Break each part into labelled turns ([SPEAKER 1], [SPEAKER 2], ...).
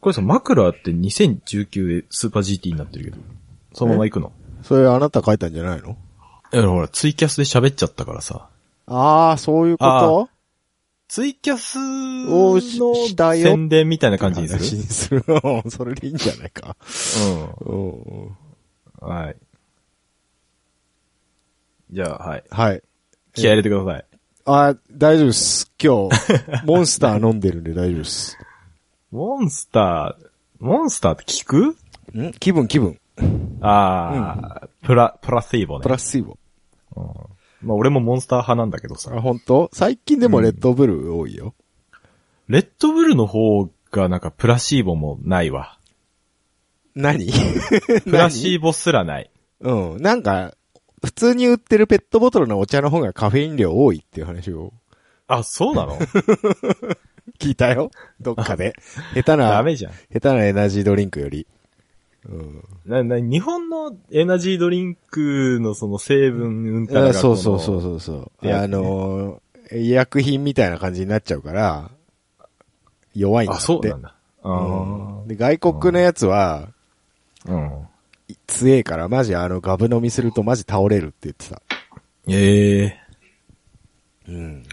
[SPEAKER 1] これさ、枕って2019でスーパー GT になってるけど、そのまま行くの
[SPEAKER 2] それあなた書いたんじゃないの
[SPEAKER 1] いやほら、ツイキャスで喋っちゃったからさ。
[SPEAKER 2] ああ、そういうこと
[SPEAKER 1] ツイキャス
[SPEAKER 2] をしした
[SPEAKER 1] の
[SPEAKER 2] よ
[SPEAKER 1] 宣伝みたいな感じにす
[SPEAKER 2] 話
[SPEAKER 1] る
[SPEAKER 2] にする。うん それでいいんじゃないか。うん
[SPEAKER 1] うん。はい。じゃあ、はい。
[SPEAKER 2] はい。
[SPEAKER 1] 気合入れてください。
[SPEAKER 2] あー大丈夫です。今日、 モンスター飲んでるんで大丈夫です。
[SPEAKER 1] モンスター、モンスターって聞く
[SPEAKER 2] ん気分気分。
[SPEAKER 1] ああ、プラ、プラセイボね。
[SPEAKER 2] プラスイボ。
[SPEAKER 1] まあ俺もモンスター派なんだけど
[SPEAKER 2] あ、
[SPEAKER 1] さ。
[SPEAKER 2] 本当？最近でもレッドブル多いよ。
[SPEAKER 1] レッドブルの方がなんかプラシーボもないわ。
[SPEAKER 2] 何
[SPEAKER 1] プラシーボすらない。
[SPEAKER 2] うん。なんか、普通に売ってるペットボトルのお茶の方がカフェイン量多いっていう話を
[SPEAKER 1] あ、そうなの
[SPEAKER 2] 聞いたよ。どっか で。下手な、
[SPEAKER 1] ダ
[SPEAKER 2] 下
[SPEAKER 1] メじゃん。
[SPEAKER 2] 手なエナジードリンクより。うん。
[SPEAKER 1] な、な、日本のエナジードリンクのその成分、うんたら
[SPEAKER 2] あ
[SPEAKER 1] が
[SPEAKER 2] そうそうそう
[SPEAKER 1] う。
[SPEAKER 2] そうそう。
[SPEAKER 1] でやっ
[SPEAKER 2] あ
[SPEAKER 1] てね
[SPEAKER 2] のー、医薬品みたいな感じになっちゃうから、弱いんだっ
[SPEAKER 1] あ、
[SPEAKER 2] て。
[SPEAKER 1] そうなんだ。あ
[SPEAKER 2] う
[SPEAKER 1] ー
[SPEAKER 2] んで、外国のやつは、
[SPEAKER 1] うん。
[SPEAKER 2] 強えから、マジあの、ガブ飲みするとマジ倒れるって言ってた。
[SPEAKER 1] ええ
[SPEAKER 2] うん。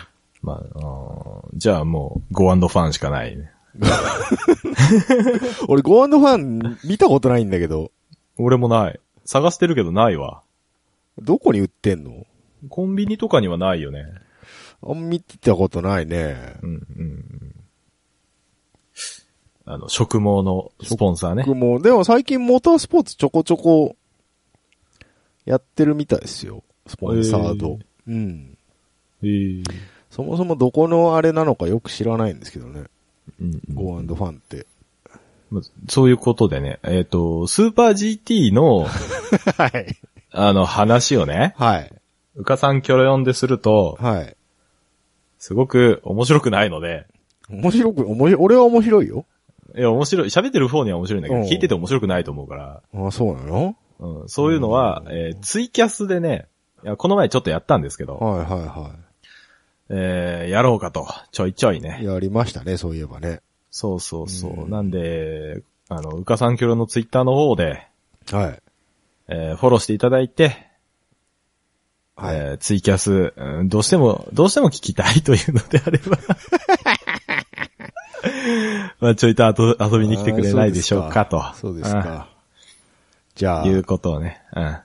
[SPEAKER 1] まあ、あーじゃあもう、ゴアンドファンしかないね。
[SPEAKER 2] 俺、ゴーンドファン見たことないんだけど、
[SPEAKER 1] 俺もない。探してるけどないわ。
[SPEAKER 2] どこに売ってんの
[SPEAKER 1] コンビニとかにはないよね。
[SPEAKER 2] あんま見てたことないね。
[SPEAKER 1] うん、うんうん。あの、食毛のスポンサーね。
[SPEAKER 2] 僕も、でも最近モータースポーツちょこちょこ、やってるみたいですよ。スポンサード。うん。
[SPEAKER 1] えー
[SPEAKER 2] そもそもどこのあれなのかよく知らないんですけどね。
[SPEAKER 1] うんうん
[SPEAKER 2] ゴーファン って。
[SPEAKER 1] まあそういうことでね、えっ、と、スーパー GT の、
[SPEAKER 2] はい。
[SPEAKER 1] あの、話をね、
[SPEAKER 2] はい。
[SPEAKER 1] うかさんキョロヨンですると、
[SPEAKER 2] はい。
[SPEAKER 1] すごく面白くないので、
[SPEAKER 2] 面白く、面白い、俺は面白いよ。
[SPEAKER 1] いや、面白い、喋ってる方には面白いんだけど、
[SPEAKER 2] うん
[SPEAKER 1] 聞いてて面白くないと思うから、
[SPEAKER 2] あそうなの
[SPEAKER 1] うん、そういうのは、
[SPEAKER 2] うん
[SPEAKER 1] えーツイキャスでね、いやこの前ちょっとやったんですけど、
[SPEAKER 2] はいは
[SPEAKER 1] えーやろうかと、ちょいちょいね
[SPEAKER 2] いはい。。やりましたね、そういえばね。
[SPEAKER 1] そうそうそう。
[SPEAKER 2] うん
[SPEAKER 1] なんで、あの、うかさんきょろのツイッターの方で、
[SPEAKER 2] はい。
[SPEAKER 1] えーフォローしていただいて、
[SPEAKER 2] はい。
[SPEAKER 1] えーツイキャス、うんどうしても、どうしても聞きたいというのであれ ば、まあ、ちょいとあと遊びに来てくれないでしょうかと。
[SPEAKER 2] そうですか。じゃ
[SPEAKER 1] う
[SPEAKER 2] あ
[SPEAKER 1] ん。、いうことをね。うん。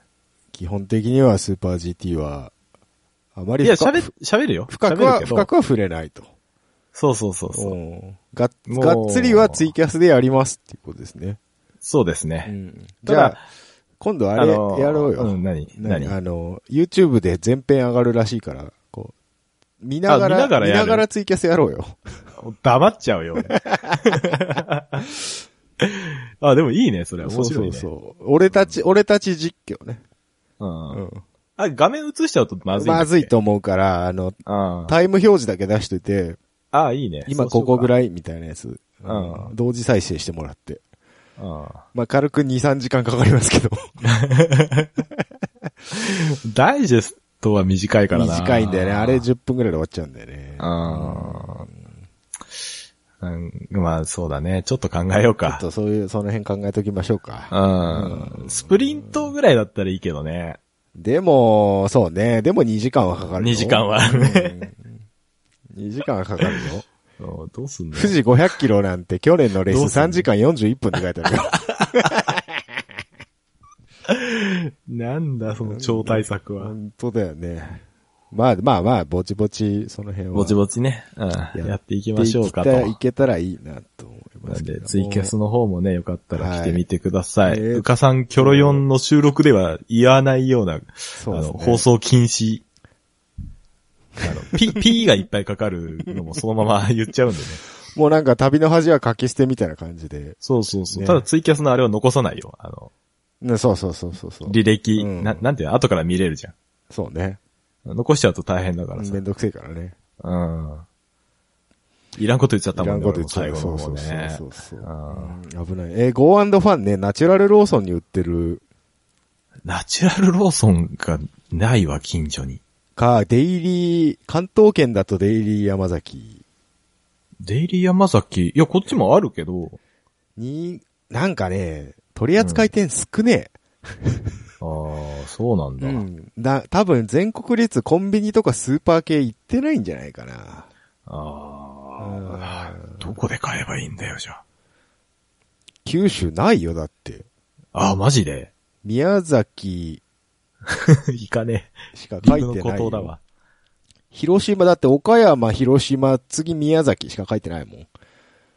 [SPEAKER 2] 基本的にはスーパー GT は、あまり
[SPEAKER 1] いや、
[SPEAKER 2] 深く
[SPEAKER 1] 喋、喋るよ。
[SPEAKER 2] 深く
[SPEAKER 1] 喋る
[SPEAKER 2] は、
[SPEAKER 1] けど
[SPEAKER 2] 深くは触れないと。
[SPEAKER 1] そうそうそうそう。
[SPEAKER 2] うんが
[SPEAKER 1] もう
[SPEAKER 2] がっつりはツイキャスでやりますっていうことですね。
[SPEAKER 1] そうです
[SPEAKER 2] う
[SPEAKER 1] ね。
[SPEAKER 2] ん
[SPEAKER 1] た
[SPEAKER 2] じ
[SPEAKER 1] だ
[SPEAKER 2] ゃあ、今度あれやろうよ。
[SPEAKER 1] うん、何
[SPEAKER 2] 何
[SPEAKER 1] 何
[SPEAKER 2] あの、YouTube で全編上がるらしいから、こう、見ながら、
[SPEAKER 1] あ見
[SPEAKER 2] 見
[SPEAKER 1] なが
[SPEAKER 2] なが
[SPEAKER 1] ら
[SPEAKER 2] ら
[SPEAKER 1] やる
[SPEAKER 2] ツイキャスやろうよ。
[SPEAKER 1] 黙っちゃうよ。俺 あ、でもいいね、それ。面白いね。
[SPEAKER 2] そうそうそう。俺たち、俺たち実況ね。
[SPEAKER 1] うん
[SPEAKER 2] うん。
[SPEAKER 1] あ、画面映しちゃうとまずいんだっけ。
[SPEAKER 2] まずいと思うから、あの、
[SPEAKER 1] あ
[SPEAKER 2] タイム表示だけ出しといて、
[SPEAKER 1] あ。あ、いいね。
[SPEAKER 2] 今ここぐ
[SPEAKER 1] い。
[SPEAKER 2] らいみたいなやつ、
[SPEAKER 1] うん
[SPEAKER 2] うん同時再生してもらって。
[SPEAKER 1] あ
[SPEAKER 2] まあ、軽く2、3時間かかりますけど。
[SPEAKER 1] ーダイジェストは短いからな。
[SPEAKER 2] 短いんだよね。あれ10分ぐらいで終わっちゃうんだよね。
[SPEAKER 1] ああ。うん、まあ、そうだね。ちょっと考えよう
[SPEAKER 2] ちょっ
[SPEAKER 1] か。
[SPEAKER 2] とそういう、その辺考えときましょう
[SPEAKER 1] う
[SPEAKER 2] か。
[SPEAKER 1] ん。スプリントぐらいだったらいいけどね。
[SPEAKER 2] でも、そうね。でも2時間はかかるよ。
[SPEAKER 1] 2時間はあるね
[SPEAKER 2] うん。2時間はかかるよ。
[SPEAKER 1] うんどうすんの
[SPEAKER 2] 富士500キロなんて去年のレー
[SPEAKER 1] どう
[SPEAKER 2] ス
[SPEAKER 1] すんの
[SPEAKER 2] 3時間41分って書いてある よ。
[SPEAKER 1] なんだ、その超対策は。
[SPEAKER 2] 本当だよね。まあまあまあ、ぼちぼち、その辺は。
[SPEAKER 1] ぼちぼちね。うん。やっていきましょうかと。
[SPEAKER 2] やっていけたらいけたらいいなと思いま
[SPEAKER 1] なん
[SPEAKER 2] すけど
[SPEAKER 1] で、
[SPEAKER 2] も。
[SPEAKER 1] ツイキャスの方もね、よかったら来てみてください。
[SPEAKER 2] はいえー
[SPEAKER 1] うかさんキョロヨンの収録では言わないような、あ
[SPEAKER 2] うです
[SPEAKER 1] の、
[SPEAKER 2] ね
[SPEAKER 1] 放送禁止。あの、 ピ、ピーがいっぱいかかるのもそのまま言っちゃうんでね。
[SPEAKER 2] もうなんか旅の恥は書き捨てみたいな感じで。
[SPEAKER 1] そうそうそう。
[SPEAKER 2] ね
[SPEAKER 1] ただツイキャスのあれは残さないよ。あの、
[SPEAKER 2] ね、そうそうそうそうそう。
[SPEAKER 1] 履歴、
[SPEAKER 2] うん
[SPEAKER 1] ななんていうの後から見れるじゃん。
[SPEAKER 2] そうね。
[SPEAKER 1] 残しちゃうと大変だからさ。
[SPEAKER 2] めんどくせえからね。
[SPEAKER 1] うん。いらんこと言っちゃった
[SPEAKER 2] い
[SPEAKER 1] も
[SPEAKER 2] ら
[SPEAKER 1] ん
[SPEAKER 2] ん
[SPEAKER 1] ね。
[SPEAKER 2] こと言っちゃ
[SPEAKER 1] 俺
[SPEAKER 2] う。
[SPEAKER 1] も
[SPEAKER 2] そう
[SPEAKER 1] 最
[SPEAKER 2] そ
[SPEAKER 1] 後の方ね
[SPEAKER 2] うそうそうそう。
[SPEAKER 1] うん
[SPEAKER 2] うん危ない。えー、ゴーファンね、ナチュラルローソンに売ってる
[SPEAKER 1] ナチュラルローソンがないわ、近所に。
[SPEAKER 2] か、デイリー、関東圏だとデイリー山崎。
[SPEAKER 1] デイリー山崎、いや、こっちもあるけど、
[SPEAKER 2] に、なんかね、取り扱い店少ね
[SPEAKER 1] ああ、そうなん
[SPEAKER 2] え。
[SPEAKER 1] だ。
[SPEAKER 2] うん。だ、多分全国率コンビニとかスーパー系行ってないんじゃないかな。
[SPEAKER 1] ああ、どこで買えばいいんだよ、じゃあ。
[SPEAKER 2] 九州ないよ、だって。
[SPEAKER 1] ああ、マジ で
[SPEAKER 2] 宮崎
[SPEAKER 1] いかね
[SPEAKER 2] しか
[SPEAKER 1] え。
[SPEAKER 2] 書い
[SPEAKER 1] 陸の
[SPEAKER 2] て
[SPEAKER 1] 孤
[SPEAKER 2] ない
[SPEAKER 1] 島だ
[SPEAKER 2] よ。
[SPEAKER 1] わ。
[SPEAKER 2] 広島、だって岡山、広島、次宮崎しか書いてないも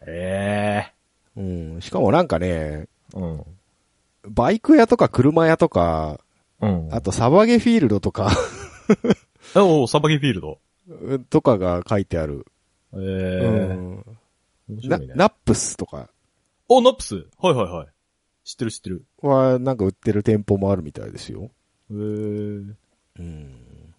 [SPEAKER 1] え
[SPEAKER 2] ん。うん。しかもなんかね、
[SPEAKER 1] えうん。
[SPEAKER 2] バイク屋とか車屋とか、
[SPEAKER 1] うん。
[SPEAKER 2] あとサバゲフィールドとか、
[SPEAKER 1] あ、おお、サバゲフィールド。
[SPEAKER 2] とかが書いてある。
[SPEAKER 1] ええ
[SPEAKER 2] うん。
[SPEAKER 1] 面白
[SPEAKER 2] ない
[SPEAKER 1] ね。
[SPEAKER 2] ナップスとか
[SPEAKER 1] お、ナップスはいはいはい。知ってる知ってる。
[SPEAKER 2] はなんか売ってる店舗もあるみたいですよ。
[SPEAKER 1] えー、
[SPEAKER 2] うん。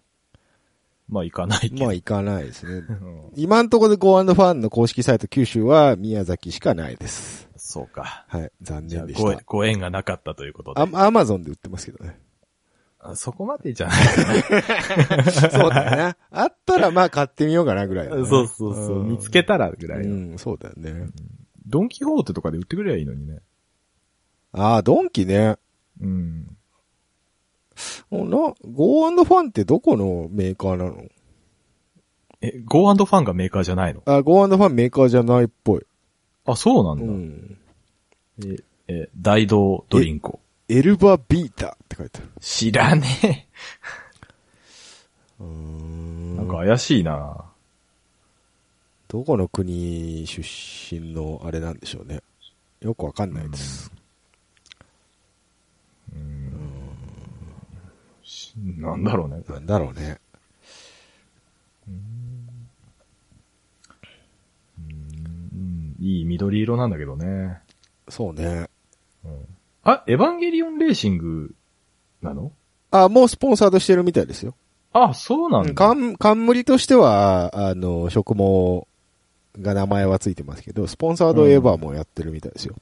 [SPEAKER 1] まあ行かないけど。
[SPEAKER 2] まあ行かないですね。
[SPEAKER 1] うん
[SPEAKER 2] 今んところで Go and Fun の公式サイト九州は宮崎しかないです。
[SPEAKER 1] そうか。
[SPEAKER 2] はい。残
[SPEAKER 1] じゃあ
[SPEAKER 2] 念でし
[SPEAKER 1] ご縁
[SPEAKER 2] た。
[SPEAKER 1] ご縁がなかったということで。
[SPEAKER 2] アアマゾンで売ってますけ どね。
[SPEAKER 1] あそこまでじゃないか
[SPEAKER 2] そうだよな。あったらまあ買ってみようかなぐらいだね、
[SPEAKER 1] な。そうそうそう。
[SPEAKER 2] ん
[SPEAKER 1] 見つけたらぐらいの、
[SPEAKER 2] うん、そうだよね。
[SPEAKER 1] ドンキホーテとかで売ってくれりゃいいのにね。
[SPEAKER 2] ああ、ドンキね。
[SPEAKER 1] うん。
[SPEAKER 2] もうな、Go and Fun ってどこのメーカーなの
[SPEAKER 1] え、ゴーファンがメーカーじゃないの
[SPEAKER 2] あ、Go and Fun メーカーじゃないっぽい。
[SPEAKER 1] あ、そうなんだ。
[SPEAKER 2] うん。
[SPEAKER 1] え、え、大道ドリンク。
[SPEAKER 2] エルバビータって書いてある。
[SPEAKER 1] 知らね
[SPEAKER 2] う
[SPEAKER 1] え。
[SPEAKER 2] ーん
[SPEAKER 1] なんか怪しいな
[SPEAKER 2] どこの国出身のあれなんでしょうね。よくわかんないです。
[SPEAKER 1] なんだろうね。
[SPEAKER 2] なんだろうね。
[SPEAKER 1] うん、いい緑色なんだけどね。
[SPEAKER 2] そうね。
[SPEAKER 1] あ、エヴァンゲリオンレーシングなの
[SPEAKER 2] あ、もうスポンサードしてるみたいですよ。
[SPEAKER 1] あ、そうなんだ。
[SPEAKER 2] 冠冠としては、あの、食毛が名前はついてますけど、スポンサードエヴァもやってるみたいですよ。
[SPEAKER 1] う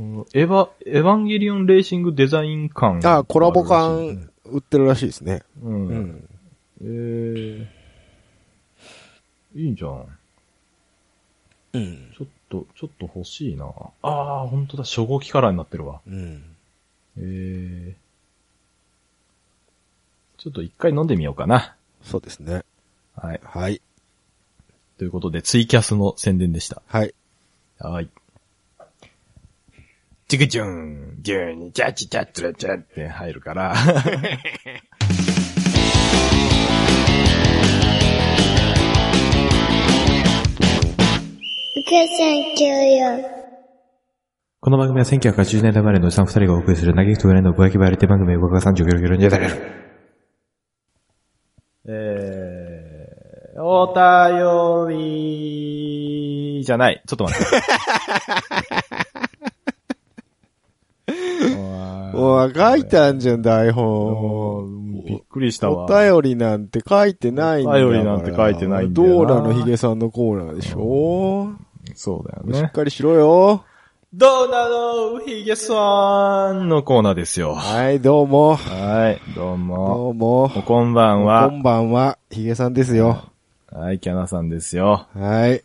[SPEAKER 1] んエヴァ、エヴァンゲリオンレーシングデザイン館、
[SPEAKER 2] あ、コラボ缶。売ってるらしいですね。
[SPEAKER 1] うん。
[SPEAKER 2] うん。
[SPEAKER 1] えー、いいじゃん。
[SPEAKER 2] うん。
[SPEAKER 1] ちょっと、ちょっと欲しいな。あー、ほんとだ。初号機カラーになってるわ。
[SPEAKER 2] うん。
[SPEAKER 1] えー、ちょっと一回飲んでみようかな。
[SPEAKER 2] そうですね。
[SPEAKER 1] はい。
[SPEAKER 2] はい。
[SPEAKER 1] ということで、ツイキャスの宣伝でした。
[SPEAKER 2] はい。
[SPEAKER 1] はい。チクチュン、ジュン、チャチチャチャチャって入るから。
[SPEAKER 3] Because thank you.
[SPEAKER 4] この番組は1980年代生まれのおじさん2人がお送りする嘆きとぐらいのぼやきバラエティ番組、僕が30キロキロに出たれる。
[SPEAKER 1] えー、お便りじゃない。ちょっと待って。
[SPEAKER 2] おい書いて
[SPEAKER 1] あ
[SPEAKER 2] あんじゃん、台本。
[SPEAKER 1] びっくりしたわ。
[SPEAKER 2] お便りなんて書いてないんだから
[SPEAKER 1] お便りなんて書いてないんだ
[SPEAKER 2] ど
[SPEAKER 1] よ
[SPEAKER 2] う
[SPEAKER 1] な
[SPEAKER 2] なのヒゲさんのコーナーでしょ、
[SPEAKER 1] そうだよ
[SPEAKER 2] しっ
[SPEAKER 1] ね。
[SPEAKER 2] かりしろよ。
[SPEAKER 1] どうなのヒゲさんのコーナーですよ。
[SPEAKER 2] はい、どうも。
[SPEAKER 1] はい、どうも。
[SPEAKER 2] どうも。
[SPEAKER 1] おこんばん
[SPEAKER 2] こ
[SPEAKER 1] は。
[SPEAKER 2] んばんは。ヒゲさんですよ。
[SPEAKER 1] はい、キャナさんですよ。
[SPEAKER 2] はい。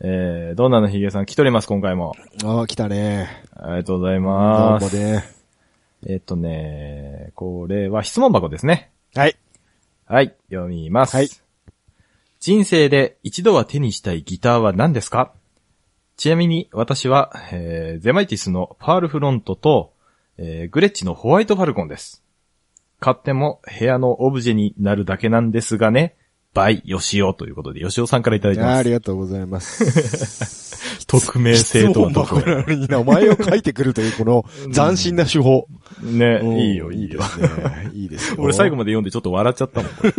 [SPEAKER 1] えー、どうなのヒゲさん来ております、今回も。
[SPEAKER 2] ああ、来たね。
[SPEAKER 1] ありがとうござい
[SPEAKER 2] どう
[SPEAKER 1] ま
[SPEAKER 2] も
[SPEAKER 1] す。
[SPEAKER 2] ね。
[SPEAKER 1] えっとね、これは質問箱ですね。
[SPEAKER 2] はい。
[SPEAKER 1] はい、読みます。
[SPEAKER 2] はい
[SPEAKER 1] 人生で一度は手にしたいギターは何ですかちなみに私は、えーゼマイティスのパールフロントと、えーグレッチのホワイトファルコンです。買っても部屋のオブジェになるだけなんですがね、バイ、ヨシオということで、ヨシオさんからいただき
[SPEAKER 2] あー
[SPEAKER 1] ま
[SPEAKER 2] あり
[SPEAKER 1] す。
[SPEAKER 2] がとうございます。
[SPEAKER 1] 匿名性とはどこ
[SPEAKER 2] 質問箱なのに名前を書いてくるという、この斬新な手法。
[SPEAKER 1] ね、
[SPEAKER 2] うん
[SPEAKER 1] いいよ、いいよ。
[SPEAKER 2] ですね。いいですよ。
[SPEAKER 1] 俺最後まで読んでちょっと笑っちゃ ったもん。これ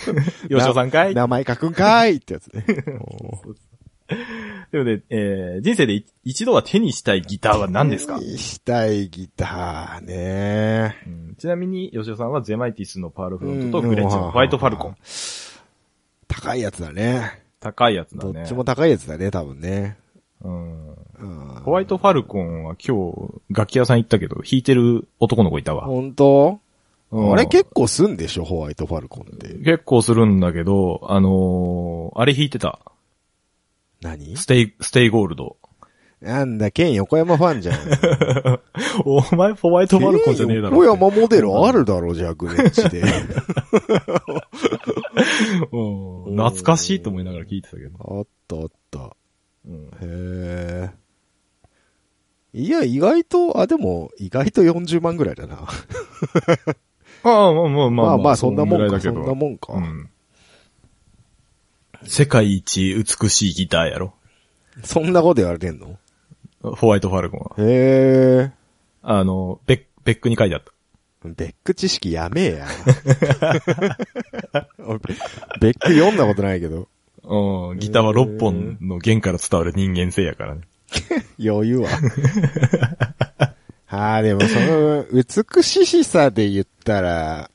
[SPEAKER 1] 吉尾さんかい
[SPEAKER 2] 名前書くんかいってやつね。
[SPEAKER 1] ということで、えー人生でい一度は手にしたいギターは何ですか、
[SPEAKER 2] したいギターね。
[SPEAKER 1] うんちなみに、吉尾さんはゼマイティスのパールフロントと
[SPEAKER 2] うん
[SPEAKER 1] グレッチのホワイトファルコン。
[SPEAKER 2] 高いやつだね。
[SPEAKER 1] 高いやつだ
[SPEAKER 2] ど
[SPEAKER 1] ね。
[SPEAKER 2] っちも高いやつだね、多分ね。
[SPEAKER 1] うん、
[SPEAKER 2] うん
[SPEAKER 1] ホワイトファルコンは今日、楽器屋さん行ったけど、弾いてる男の子いたわ。
[SPEAKER 2] 本当
[SPEAKER 1] うん
[SPEAKER 2] あれ結構すんでしょ、ホワイトファルコンって。
[SPEAKER 1] 結構するんだけど、あのーあれ弾いてた。
[SPEAKER 2] 何
[SPEAKER 1] ステイ、ステイゴールド。
[SPEAKER 2] なんだ、ケン横山ファンじゃん。
[SPEAKER 1] お前、ホワイトファルコンじゃねえだろ。
[SPEAKER 2] ケン横山モデルあるだろ、じゃあ、グレッチで。
[SPEAKER 1] うん懐かしいと思いながら聞いてたけど。
[SPEAKER 2] あったあった。
[SPEAKER 1] うん
[SPEAKER 2] へえ。いや、意外と、あ、でも、意外と40万ぐらいだな。
[SPEAKER 1] ああ、まあまあまあ。
[SPEAKER 2] まあまあ、そんなもん
[SPEAKER 1] ぐら
[SPEAKER 2] か、
[SPEAKER 1] い
[SPEAKER 2] そんなもん
[SPEAKER 1] う
[SPEAKER 2] か。
[SPEAKER 1] ん。世界一美しいギターやろ。
[SPEAKER 2] そんなこと言われてんの
[SPEAKER 1] ホワイトファルコンは。
[SPEAKER 2] へえ。
[SPEAKER 1] あの、ベック、ベックに書いてあった。
[SPEAKER 2] ベック知識やめえや。 俺ベック読んだことないけど。
[SPEAKER 1] うん、ギターは6本の弦から伝わる人間性やからね。
[SPEAKER 2] 余裕は。ああ、でもその、美しさで言ったら、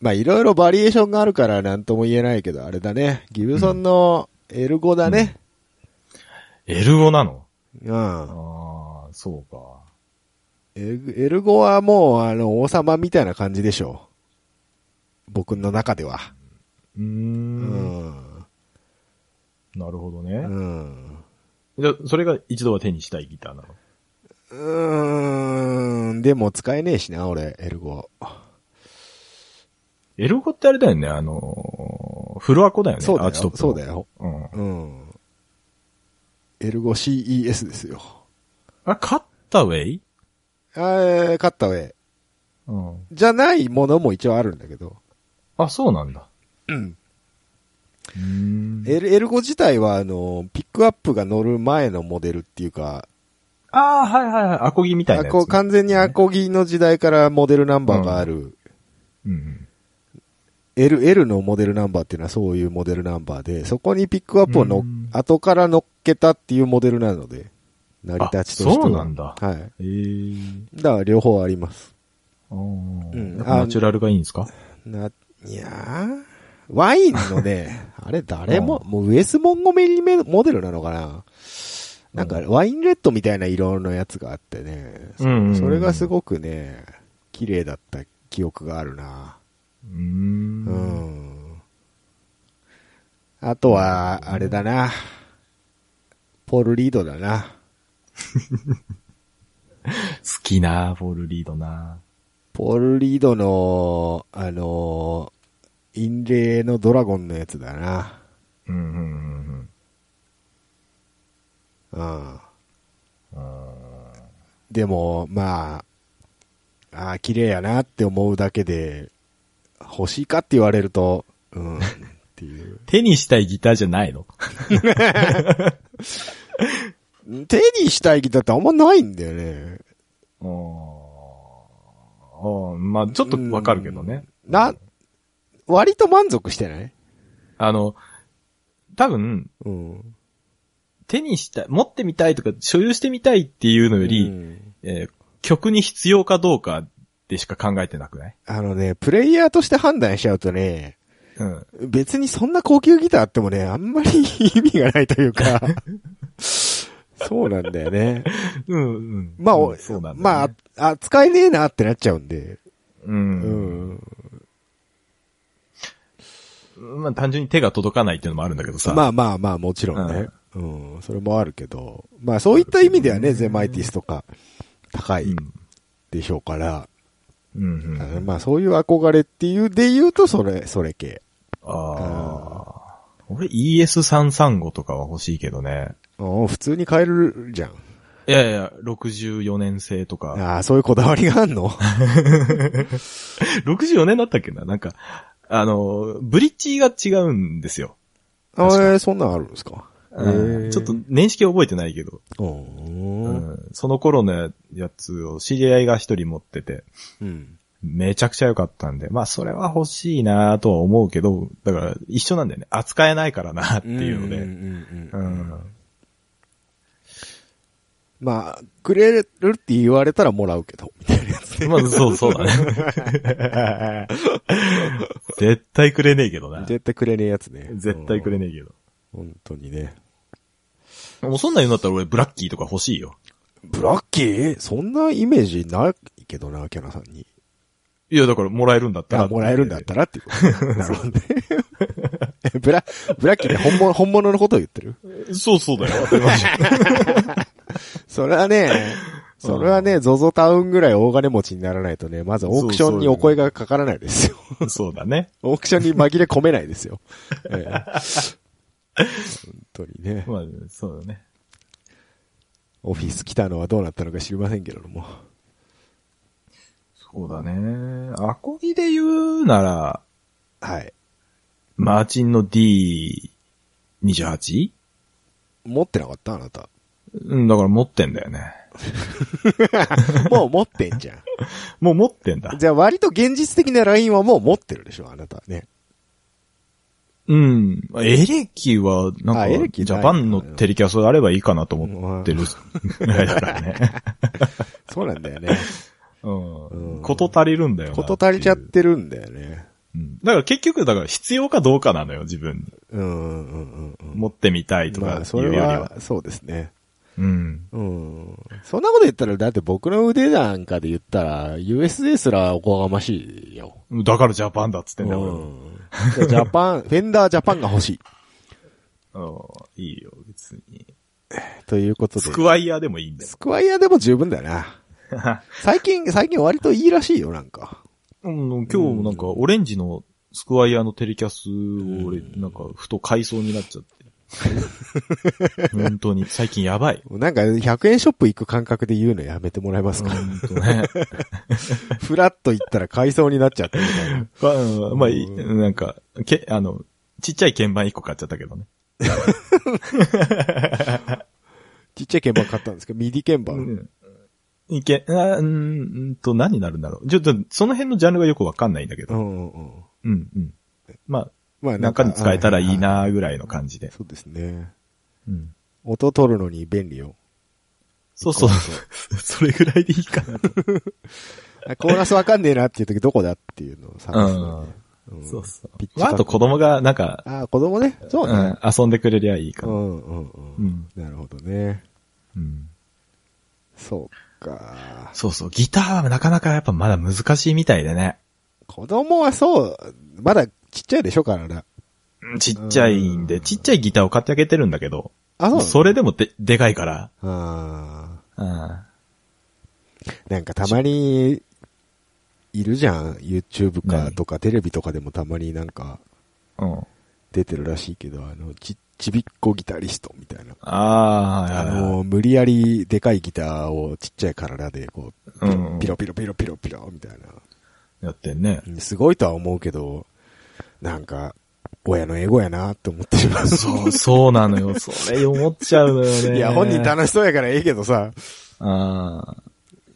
[SPEAKER 2] まあいろいろバリエーションがあるからなんとも言えないけど、あれだね。ギブソンのエルゴだね。
[SPEAKER 1] エルゴなの
[SPEAKER 2] うん。
[SPEAKER 1] ああ、そうか。
[SPEAKER 2] エルエルゴはもう、あの、王様みたいな感じでしょう。僕の中では。
[SPEAKER 1] うー。
[SPEAKER 2] うんん。
[SPEAKER 1] なるほど
[SPEAKER 2] う
[SPEAKER 1] ね。
[SPEAKER 2] ん。
[SPEAKER 1] じゃあ、それが一度は手にしたいギターなの。
[SPEAKER 2] うーん。でも使えねえしな、俺、エルゴ。
[SPEAKER 1] エルゴってあれだよね、あのー、フルアコだよね、
[SPEAKER 2] そうだ
[SPEAKER 1] アーチトッ
[SPEAKER 2] よ。
[SPEAKER 1] プ
[SPEAKER 2] そうだ
[SPEAKER 1] よ。
[SPEAKER 2] よ。
[SPEAKER 1] うん。
[SPEAKER 2] うん。エルゴ CES ですよ。
[SPEAKER 1] あ、カッタウェイ
[SPEAKER 2] えー、カッタウェイ。
[SPEAKER 1] うん。
[SPEAKER 2] じゃないものも一応あるんだけど。
[SPEAKER 1] あ、そうなんだ。
[SPEAKER 2] うん。
[SPEAKER 1] うーん。
[SPEAKER 2] エル、エルゴ自体は、あの、ピックアップが乗る前のモデルっていうか、
[SPEAKER 1] ああ、はいはいはい。アコギみたいな
[SPEAKER 2] あ
[SPEAKER 1] やつ、
[SPEAKER 2] こう完全にアコギの時代からモデルナンバーがある。
[SPEAKER 1] うん。
[SPEAKER 2] L、L のモデルナンバーっていうのはそういうモデルナンバーで、そこにピックアップをの、
[SPEAKER 1] うん
[SPEAKER 2] 後から乗っけたっていうモデルなので、成り立ちとしては。
[SPEAKER 1] あそうなんだ
[SPEAKER 2] はい。
[SPEAKER 1] ええー。
[SPEAKER 2] だから両方あります。
[SPEAKER 1] あー
[SPEAKER 2] ん
[SPEAKER 1] やっぱナチュラルがいいんですか
[SPEAKER 2] な、いやーワインのね、 あれ誰も、もうウェスモンゴメリメモデルなのかななんかワインレッドみたいな色のやつがあってね、そ
[SPEAKER 1] うんうんうん
[SPEAKER 2] それがすごくね、綺麗だった記憶があるな。
[SPEAKER 1] うー。
[SPEAKER 2] うんん。あとは、あれだな。ポール・リードだな。
[SPEAKER 1] 好きな、ポールリードな。
[SPEAKER 2] ポール・リードの、あのー、インレイのドラゴンのやつだな。
[SPEAKER 1] うんうんうんうん。
[SPEAKER 2] うん。でも、まあ、ああ、綺麗やなって思うだけで、欲しいかって言われると、うん、っていう。
[SPEAKER 1] 手にしたいギターじゃないの
[SPEAKER 2] 手にしたいギターってあんまないんだよね。
[SPEAKER 1] あーあー、まあちょっとわかるけどね。
[SPEAKER 2] な、割と満足してない
[SPEAKER 1] あの、多分、
[SPEAKER 2] うん。
[SPEAKER 1] 手にしたい、持ってみたいとか、所有してみたいっていうのより、
[SPEAKER 2] うん
[SPEAKER 1] えー曲に必要かどうかでしか考えてなくない
[SPEAKER 2] あのね、プレイヤーとして判断しちゃうとね、
[SPEAKER 1] うん。
[SPEAKER 2] 別にそんな高級ギターあってもね、あんまり 意味がないという か、そうなんだよね。
[SPEAKER 1] うん、うん。
[SPEAKER 2] まあ、
[SPEAKER 1] う
[SPEAKER 2] お
[SPEAKER 1] んそうなんだ、ね。
[SPEAKER 2] まあ、あ、使えねえなってなっちゃうんで、
[SPEAKER 1] う。
[SPEAKER 2] うんん。
[SPEAKER 1] まあ、単純に手が届かないっていうのもあるんだけどさ。
[SPEAKER 2] まあまあまあ、もちろんね。うん、それもあるけど、まあそういった意味ではね、ゼマイティスとか、高
[SPEAKER 1] うん
[SPEAKER 2] い。でしょうから、
[SPEAKER 1] うん、うん。
[SPEAKER 2] あのまあそういう憧れっていうで言うと、それ、それ系。
[SPEAKER 1] ああ。俺 ES335 とかは欲しいけどね。
[SPEAKER 2] うん、普通に買えるじゃん。
[SPEAKER 1] いやいや、64年製とか。
[SPEAKER 2] ああ、そういうこだわりがあんの
[SPEAKER 1] 64年だったっけななんか、あの、ブリッジが違うんですよ。
[SPEAKER 2] あ
[SPEAKER 1] 確か
[SPEAKER 2] えーそんなんあるんですか
[SPEAKER 1] うんちょっと、年式覚えてないけど、
[SPEAKER 2] うん
[SPEAKER 1] うんその頃のやつを知り合いが一人持ってて、
[SPEAKER 2] うん。
[SPEAKER 1] めちゃくちゃ良かったんで、まあそれは欲しいなとは思うけど、だから一緒なんだよね。扱えないからなっていうので。
[SPEAKER 2] ん
[SPEAKER 1] う
[SPEAKER 2] うんうんうん
[SPEAKER 1] ん。
[SPEAKER 2] まあ、くれるって言われたらもらうけど、みたいなやつ ね
[SPEAKER 1] まあそうそうだ ね。絶対くれねえけどな。
[SPEAKER 2] 絶対くれねえやつね。
[SPEAKER 1] 絶対くれ
[SPEAKER 2] ね
[SPEAKER 1] ねえけど。
[SPEAKER 2] え。本当にね。
[SPEAKER 1] もうそんなん言うんだったら俺ブラッキーとか欲しいよ。
[SPEAKER 2] ブラッキーそんなイメージないけどな、キャナさんに。
[SPEAKER 1] いやだからもらえるんだったら。
[SPEAKER 2] あ、もらえるんだったらっていうこと。 なるほどね。ブラ、ブラッキーって本物、本物のことを言ってる
[SPEAKER 1] そうそうだよ。当たり前じゃん
[SPEAKER 2] それはね、それはね、ゾゾタウンぐらい大金持ちにならないとね、まずオークションにお声がかからないですよ。
[SPEAKER 1] そうだね。
[SPEAKER 2] オークションに紛れ込めな いですよ。ええ本当にね。
[SPEAKER 1] まあ、そうだね。
[SPEAKER 2] オフィス来たのはどうなったのか知りませんけれども。
[SPEAKER 1] そうだね。アコギで言うなら、
[SPEAKER 2] はい。
[SPEAKER 1] マーチンの D28?
[SPEAKER 2] 持ってなかったあなた。
[SPEAKER 1] うん、だから持ってんだよね。
[SPEAKER 2] もう持ってん じゃん。
[SPEAKER 1] もう持ってんだ。
[SPEAKER 2] じゃあ割と現実的なラインはもう持ってるでしょ、あなたね。
[SPEAKER 1] うん。エレキは、なん
[SPEAKER 2] あ
[SPEAKER 1] か、
[SPEAKER 2] エレキない
[SPEAKER 1] ジャパンのテレキャスあればいいかなと思ってるぐらいだからね。
[SPEAKER 2] そうなんだよね。
[SPEAKER 1] う
[SPEAKER 2] うん
[SPEAKER 1] ん。こと足りるんだよなて
[SPEAKER 2] こ
[SPEAKER 1] いう
[SPEAKER 2] と足りちゃっ。てるんだよね。
[SPEAKER 1] うんだから結局、だから必要かどうかなのよ、自分に。
[SPEAKER 2] うんうんうんうん。
[SPEAKER 1] 持ってみたいと
[SPEAKER 2] ま
[SPEAKER 1] か
[SPEAKER 2] あ、
[SPEAKER 1] い
[SPEAKER 2] そう
[SPEAKER 1] よ
[SPEAKER 2] れ
[SPEAKER 1] りは。
[SPEAKER 2] は、そうですね。
[SPEAKER 1] うん。
[SPEAKER 2] うん。そんなこと言ったら、だって僕の腕なんかで言ったら、USJ すらおこがましいよ。
[SPEAKER 1] だからジャパンだっつって
[SPEAKER 2] うん
[SPEAKER 1] だよ、
[SPEAKER 2] ん。ジャ パン、フェンダージャパンが欲しい。
[SPEAKER 1] 俺うんいいよ、別に。
[SPEAKER 2] ということで。
[SPEAKER 1] スクワイヤーでもいいん だよ
[SPEAKER 2] スクワイアでも十分だな。最近、最近割といいらしいよ、なんか。
[SPEAKER 1] うん、今日なんかオレンジのスクワイヤーのテレキャスを俺、なんかふと買いそうになっちゃ って。本当に、最近やばい。
[SPEAKER 2] なんか、100円ショップ行く感覚で言うのやめてもらえますか、
[SPEAKER 1] 本当 ね。
[SPEAKER 2] フラッと行ったら買いそうになっちゃったみたいな。
[SPEAKER 1] まあうん、まあ、いなんか、け、あの、ちっちゃい鍵盤1個買っちゃったけどね。
[SPEAKER 2] ちっちゃい鍵盤買ったんですけど、ミディ鍵盤。
[SPEAKER 1] いけ、あーうーんと、何になるんだろう。ちょっと、その辺のジャンルがよくわかんないんだけ
[SPEAKER 2] う
[SPEAKER 1] ど。
[SPEAKER 2] んうんうん。
[SPEAKER 1] うん、うん。ま
[SPEAKER 2] ま
[SPEAKER 1] あ、中に使えたらいい。
[SPEAKER 2] は
[SPEAKER 1] なーぐらいの感じで
[SPEAKER 2] い。そうですね。
[SPEAKER 1] うん。
[SPEAKER 2] 音取るのに便利よ。
[SPEAKER 1] そうそう。 それぐらいでいいかなと。
[SPEAKER 2] あコーラスわかんねえなっていう時どこだっていうのを探すのね、ん
[SPEAKER 1] そうそ
[SPEAKER 2] ピッチ
[SPEAKER 1] う。まあ、あと子供が、なんか、
[SPEAKER 2] ああ、子供ね。そううね
[SPEAKER 1] ん。、遊んでくれりゃいいか
[SPEAKER 2] う
[SPEAKER 1] な。
[SPEAKER 2] んうんう。
[SPEAKER 1] うんん。
[SPEAKER 2] なるほどね。
[SPEAKER 1] うん。
[SPEAKER 2] そうか。
[SPEAKER 1] そうそう。ギターはなかなかやっぱまだ難しいみたいでね。
[SPEAKER 2] 子供はそう、まだちっちゃいでしょ、体。
[SPEAKER 1] うんちっちゃいん
[SPEAKER 2] う
[SPEAKER 1] で、
[SPEAKER 2] ん
[SPEAKER 1] ちっちゃいギターを買ってあげてるんだけど、
[SPEAKER 2] あ、そうなの
[SPEAKER 1] それでもで、でかいから。
[SPEAKER 2] あ
[SPEAKER 1] うん。
[SPEAKER 2] ーなんかたまに、いるじゃん。YouTube かとかテレビとかでもたまになんか
[SPEAKER 1] うん。
[SPEAKER 2] 出てるらしいけど、あの、ち、ちびっこギタリストみたいな。
[SPEAKER 1] ああ、
[SPEAKER 2] あの、無理やりでかいギターをちっちゃい体でこう、ピ
[SPEAKER 1] うんう
[SPEAKER 2] ロ
[SPEAKER 1] ん
[SPEAKER 2] ピロピロピロピロピロみたいな。
[SPEAKER 1] やってんね。
[SPEAKER 2] すごいとは思うけど、なんか、親のエゴやなって思ってしまう。
[SPEAKER 1] そう、そうなの よ。それ思っちゃうのよね。
[SPEAKER 2] いや、本人楽しそうやからええけどさ、
[SPEAKER 1] あ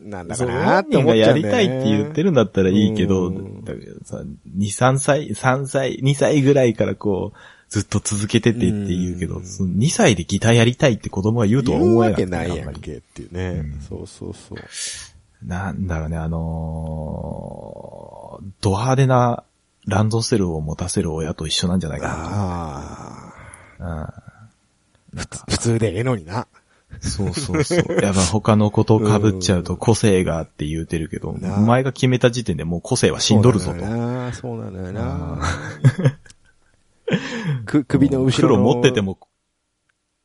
[SPEAKER 2] なん
[SPEAKER 1] あ。
[SPEAKER 2] だ
[SPEAKER 1] そ
[SPEAKER 2] か
[SPEAKER 1] う
[SPEAKER 2] なっ
[SPEAKER 1] 本
[SPEAKER 2] て
[SPEAKER 1] 人
[SPEAKER 2] 思
[SPEAKER 1] が
[SPEAKER 2] っちゃ
[SPEAKER 1] や
[SPEAKER 2] う
[SPEAKER 1] り
[SPEAKER 2] んだよね。
[SPEAKER 1] たいって言ってるんだったらいいけど、
[SPEAKER 2] うん
[SPEAKER 1] だけどさ、2、3歳、3歳、2歳ぐらいからこう、ずっと続けててって言うけ
[SPEAKER 2] う
[SPEAKER 1] ど、
[SPEAKER 2] ん
[SPEAKER 1] その2歳でギターやりたいって子供は言うとは
[SPEAKER 2] 言う
[SPEAKER 1] 思え
[SPEAKER 2] わ
[SPEAKER 1] なく
[SPEAKER 2] け
[SPEAKER 1] て
[SPEAKER 2] ないや
[SPEAKER 1] あん
[SPEAKER 2] ん
[SPEAKER 1] まり
[SPEAKER 2] けっていうね。
[SPEAKER 1] うん
[SPEAKER 2] そうそうそう。
[SPEAKER 1] なんだろうね、あのー、ド派手なランドセルを持たせる親と一緒なんじゃないか
[SPEAKER 2] あ
[SPEAKER 1] な。
[SPEAKER 2] あ、普通でええのにな。
[SPEAKER 1] うん、そうそうそう。やっぱ他のことを被っちゃうと個性があって言うてるけど、お
[SPEAKER 2] な
[SPEAKER 1] 前が決めた時点でもう個性は死んどるぞ
[SPEAKER 2] そう
[SPEAKER 1] と。
[SPEAKER 2] なのよな。そうなのよな。 く、首の後
[SPEAKER 1] 黒
[SPEAKER 2] ろの。
[SPEAKER 1] 持ってて。も、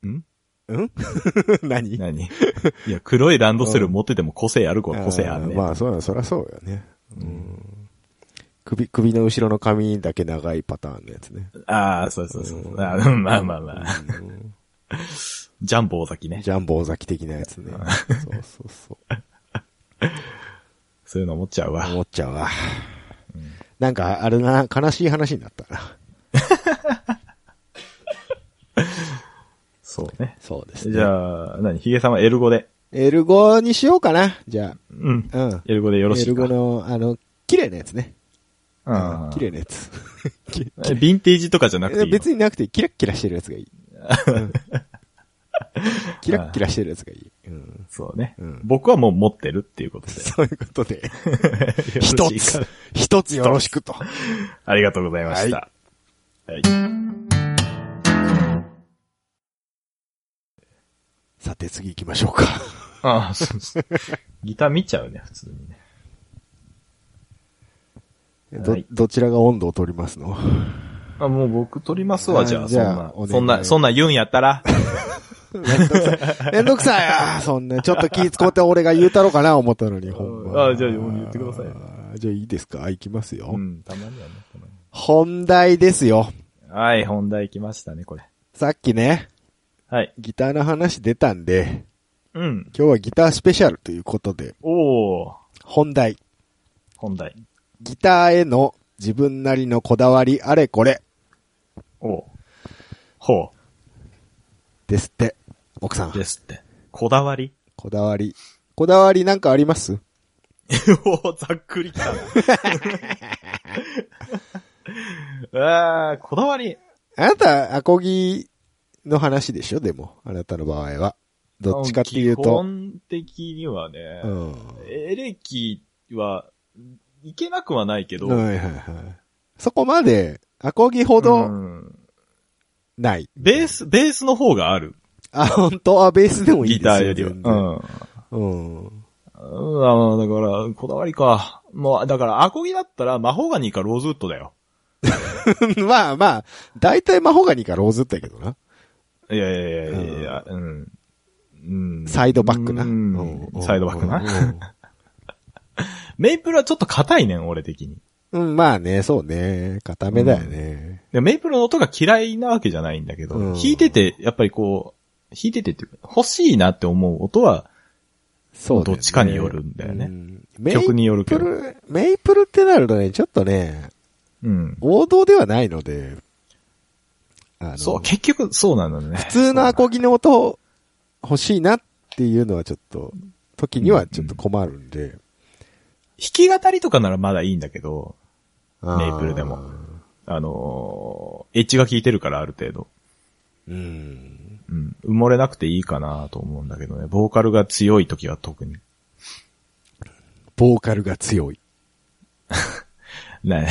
[SPEAKER 1] ん
[SPEAKER 2] ん 何
[SPEAKER 1] 何いや、黒いランドセル持ってても個性ある子は個性あるね。
[SPEAKER 2] ーまあ、そうなの、そりゃそうよね。うん首、首の後ろの髪だけ長いパターンのやつね。
[SPEAKER 1] ああ、そうそうそう。あーまあまあまあ。
[SPEAKER 2] うん
[SPEAKER 1] ジャンボ尾崎ね。
[SPEAKER 2] ジャンボ尾崎的なや つね。そうそうそう。
[SPEAKER 1] そういうの思っちゃうわ。
[SPEAKER 2] 思っちゃうわ。なんか、あれな、悲しい話になったな。
[SPEAKER 1] そうね。
[SPEAKER 2] そうです
[SPEAKER 1] じゃあ、何ヒゲさんはエルゴで。
[SPEAKER 2] エルゴにしようかな。じゃ
[SPEAKER 1] うん。
[SPEAKER 2] あ。うん。
[SPEAKER 1] エルゴでよろしい
[SPEAKER 2] エ
[SPEAKER 1] か
[SPEAKER 2] ルゴの、あの、綺麗なやつね。
[SPEAKER 1] うん。
[SPEAKER 2] 綺麗なやつ。
[SPEAKER 1] えヴィンテージとかじゃなくていいの
[SPEAKER 2] 別になくて、キラッキラしてるやつがいい。うんキラッキラしてるやつがいい。うん
[SPEAKER 1] そうね、
[SPEAKER 2] うん
[SPEAKER 1] 僕はもう持ってるっていうことで。
[SPEAKER 2] そういうことで、
[SPEAKER 1] よろしいか
[SPEAKER 2] 一つ、一つよろしくと。
[SPEAKER 1] ありがとうございました。はい。
[SPEAKER 2] さて、次行きましょうか。
[SPEAKER 1] ああ、そうそう。ギター見ちゃうね、普通にね。
[SPEAKER 2] ど
[SPEAKER 1] はい、
[SPEAKER 2] どちらが温度を取りますの
[SPEAKER 1] あ、もう僕取りますわ、じゃ
[SPEAKER 2] あ
[SPEAKER 1] あ、
[SPEAKER 2] じ
[SPEAKER 1] そ
[SPEAKER 2] ゃあお願
[SPEAKER 1] んな。そ
[SPEAKER 2] い
[SPEAKER 1] んな、そんな言うんやったら。
[SPEAKER 2] めんどく さい。めんどくさいあーそんな、ちょっと気使って俺が言うたろうかな、思った のに、ほんま。
[SPEAKER 1] あーじゃあ言ってくださいよ
[SPEAKER 2] あーじゃあいいですかいきますよ。
[SPEAKER 1] うん、たまにはね。たまに
[SPEAKER 2] 本題ですよ。
[SPEAKER 1] はい、本題来ましたね、これ。
[SPEAKER 2] さっきね、
[SPEAKER 1] はい。
[SPEAKER 2] ギターの話出たんで、
[SPEAKER 1] うん。
[SPEAKER 2] 今日はギタースペシャルということで、
[SPEAKER 1] おー、
[SPEAKER 2] 本題。
[SPEAKER 1] 本題。
[SPEAKER 2] ギターへの自分なりのこだわりあれこれ
[SPEAKER 1] おー。ほ
[SPEAKER 2] ですって。奥さ
[SPEAKER 1] う。で
[SPEAKER 2] ん、
[SPEAKER 1] すって。こだわり
[SPEAKER 2] こだわり。こだわりなんかあります
[SPEAKER 1] おー、ざっくりきた な。あー、こだわり。
[SPEAKER 2] あなた、アコギの話でしょでも、あなたの場合は。どっちかっていう
[SPEAKER 1] 基
[SPEAKER 2] と。
[SPEAKER 1] 本的にはね、
[SPEAKER 2] うん。は
[SPEAKER 1] エレキは、いけなくはないけ
[SPEAKER 2] い
[SPEAKER 1] ど、
[SPEAKER 2] はいはい。そこまで、アコギほ
[SPEAKER 1] う
[SPEAKER 2] ど
[SPEAKER 1] ん
[SPEAKER 2] ない。
[SPEAKER 1] ベース、ベースの方がある。
[SPEAKER 2] あ、本当はベースでもいい
[SPEAKER 1] ギ
[SPEAKER 2] です
[SPEAKER 1] タ
[SPEAKER 2] よ。
[SPEAKER 1] ーよりは。う
[SPEAKER 2] 全然
[SPEAKER 1] ん。
[SPEAKER 2] うん。
[SPEAKER 1] うん、あの、だから、こだわりか。もう、だから、アコギだったら、マホガニーかローズウッドだよ。
[SPEAKER 2] まあまあ、大体マホガニーかローズウッドやけどな。
[SPEAKER 1] いやいやいやいやいや、うん。うん。
[SPEAKER 2] サイドバックな。
[SPEAKER 1] う
[SPEAKER 2] うん
[SPEAKER 1] ん
[SPEAKER 2] うん
[SPEAKER 1] サイドバックな。
[SPEAKER 2] うん
[SPEAKER 1] メイプルはちょっと硬いねん、俺的に。
[SPEAKER 2] うん、まあね、そうね。固めだよね。
[SPEAKER 1] でメイプルの音が嫌いなわけじゃないんだけど、
[SPEAKER 2] うん
[SPEAKER 1] 弾いてて、やっぱりこう、弾いててっていうか、欲しいなって思う音は、
[SPEAKER 2] そうだよね
[SPEAKER 1] どっちかによるんだよね
[SPEAKER 2] うんメイ
[SPEAKER 1] 曲によるけ
[SPEAKER 2] プ
[SPEAKER 1] ど。
[SPEAKER 2] ル、メイプルってなるとね、ちょっとね、
[SPEAKER 1] うん。
[SPEAKER 2] 王道ではないので、あの
[SPEAKER 1] そう、結局、そうなのね。
[SPEAKER 2] 普通のアコギの音欲しいなっていうのはちょっと、時にはちょっと困るんで。
[SPEAKER 1] 弾き語りとかならまだいいんだけど、
[SPEAKER 2] あー
[SPEAKER 1] メイプルでも。あのーエッジが効いてるからある程度。
[SPEAKER 2] うん。
[SPEAKER 1] うん。埋もれなくていいかなと思うんだけどね。ボーカルが強い時は特に。
[SPEAKER 2] ボーカルが強い。
[SPEAKER 1] ね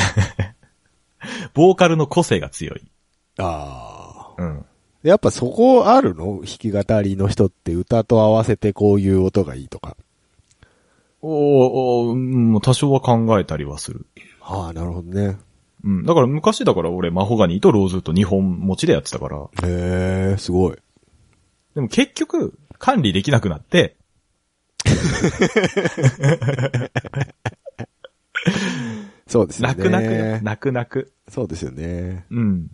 [SPEAKER 1] ボーカルの個性が強い。
[SPEAKER 2] ああ。
[SPEAKER 1] うん。
[SPEAKER 2] やっぱそこあるの弾き語りの人って歌と合わせてこういう音がいいとか。
[SPEAKER 1] おーおーうん多少は考えたりはする。
[SPEAKER 2] ああ、なるほどね。
[SPEAKER 1] うん。だから昔だから俺、マホガニーとローズウッド2本持ちでやってたから。
[SPEAKER 2] へえ、すごい。
[SPEAKER 1] でも結局、管理できなくなって、
[SPEAKER 2] そうですよね。
[SPEAKER 1] 泣く泣くよ。泣く泣く。
[SPEAKER 2] そうですよね。
[SPEAKER 1] うん。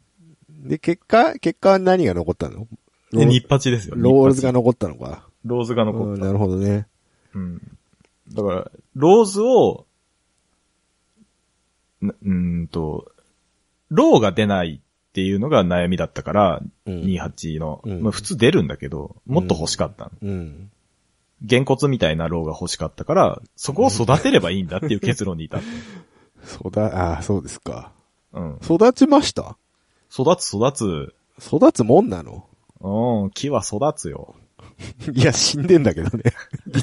[SPEAKER 2] で、結果、結果は何が残ったの
[SPEAKER 1] で、
[SPEAKER 2] ロ
[SPEAKER 1] 日八ですよ。
[SPEAKER 2] ロールズが残ったのか。
[SPEAKER 1] 日八。ローズが残
[SPEAKER 2] う
[SPEAKER 1] っ
[SPEAKER 2] ん
[SPEAKER 1] た。
[SPEAKER 2] なるほどね。
[SPEAKER 1] うん。だから、ローズを、なうーんと、ローが出ないっていうのが悩みだったから、
[SPEAKER 2] うん
[SPEAKER 1] 28の、
[SPEAKER 2] うん
[SPEAKER 1] まあ普通出るんだけど、もっと欲しかったの。
[SPEAKER 2] うん。
[SPEAKER 1] げ、骨みたいなローが欲しかったから、そこを育てればいいんだっていう結論に至っ
[SPEAKER 2] そうだ、ああ、そうですか。
[SPEAKER 1] た。うん。
[SPEAKER 2] 育ちました
[SPEAKER 1] 育つ育つ。
[SPEAKER 2] 育つもんなの
[SPEAKER 1] うん、木は育つよ。
[SPEAKER 2] いや、死んでんだけどね。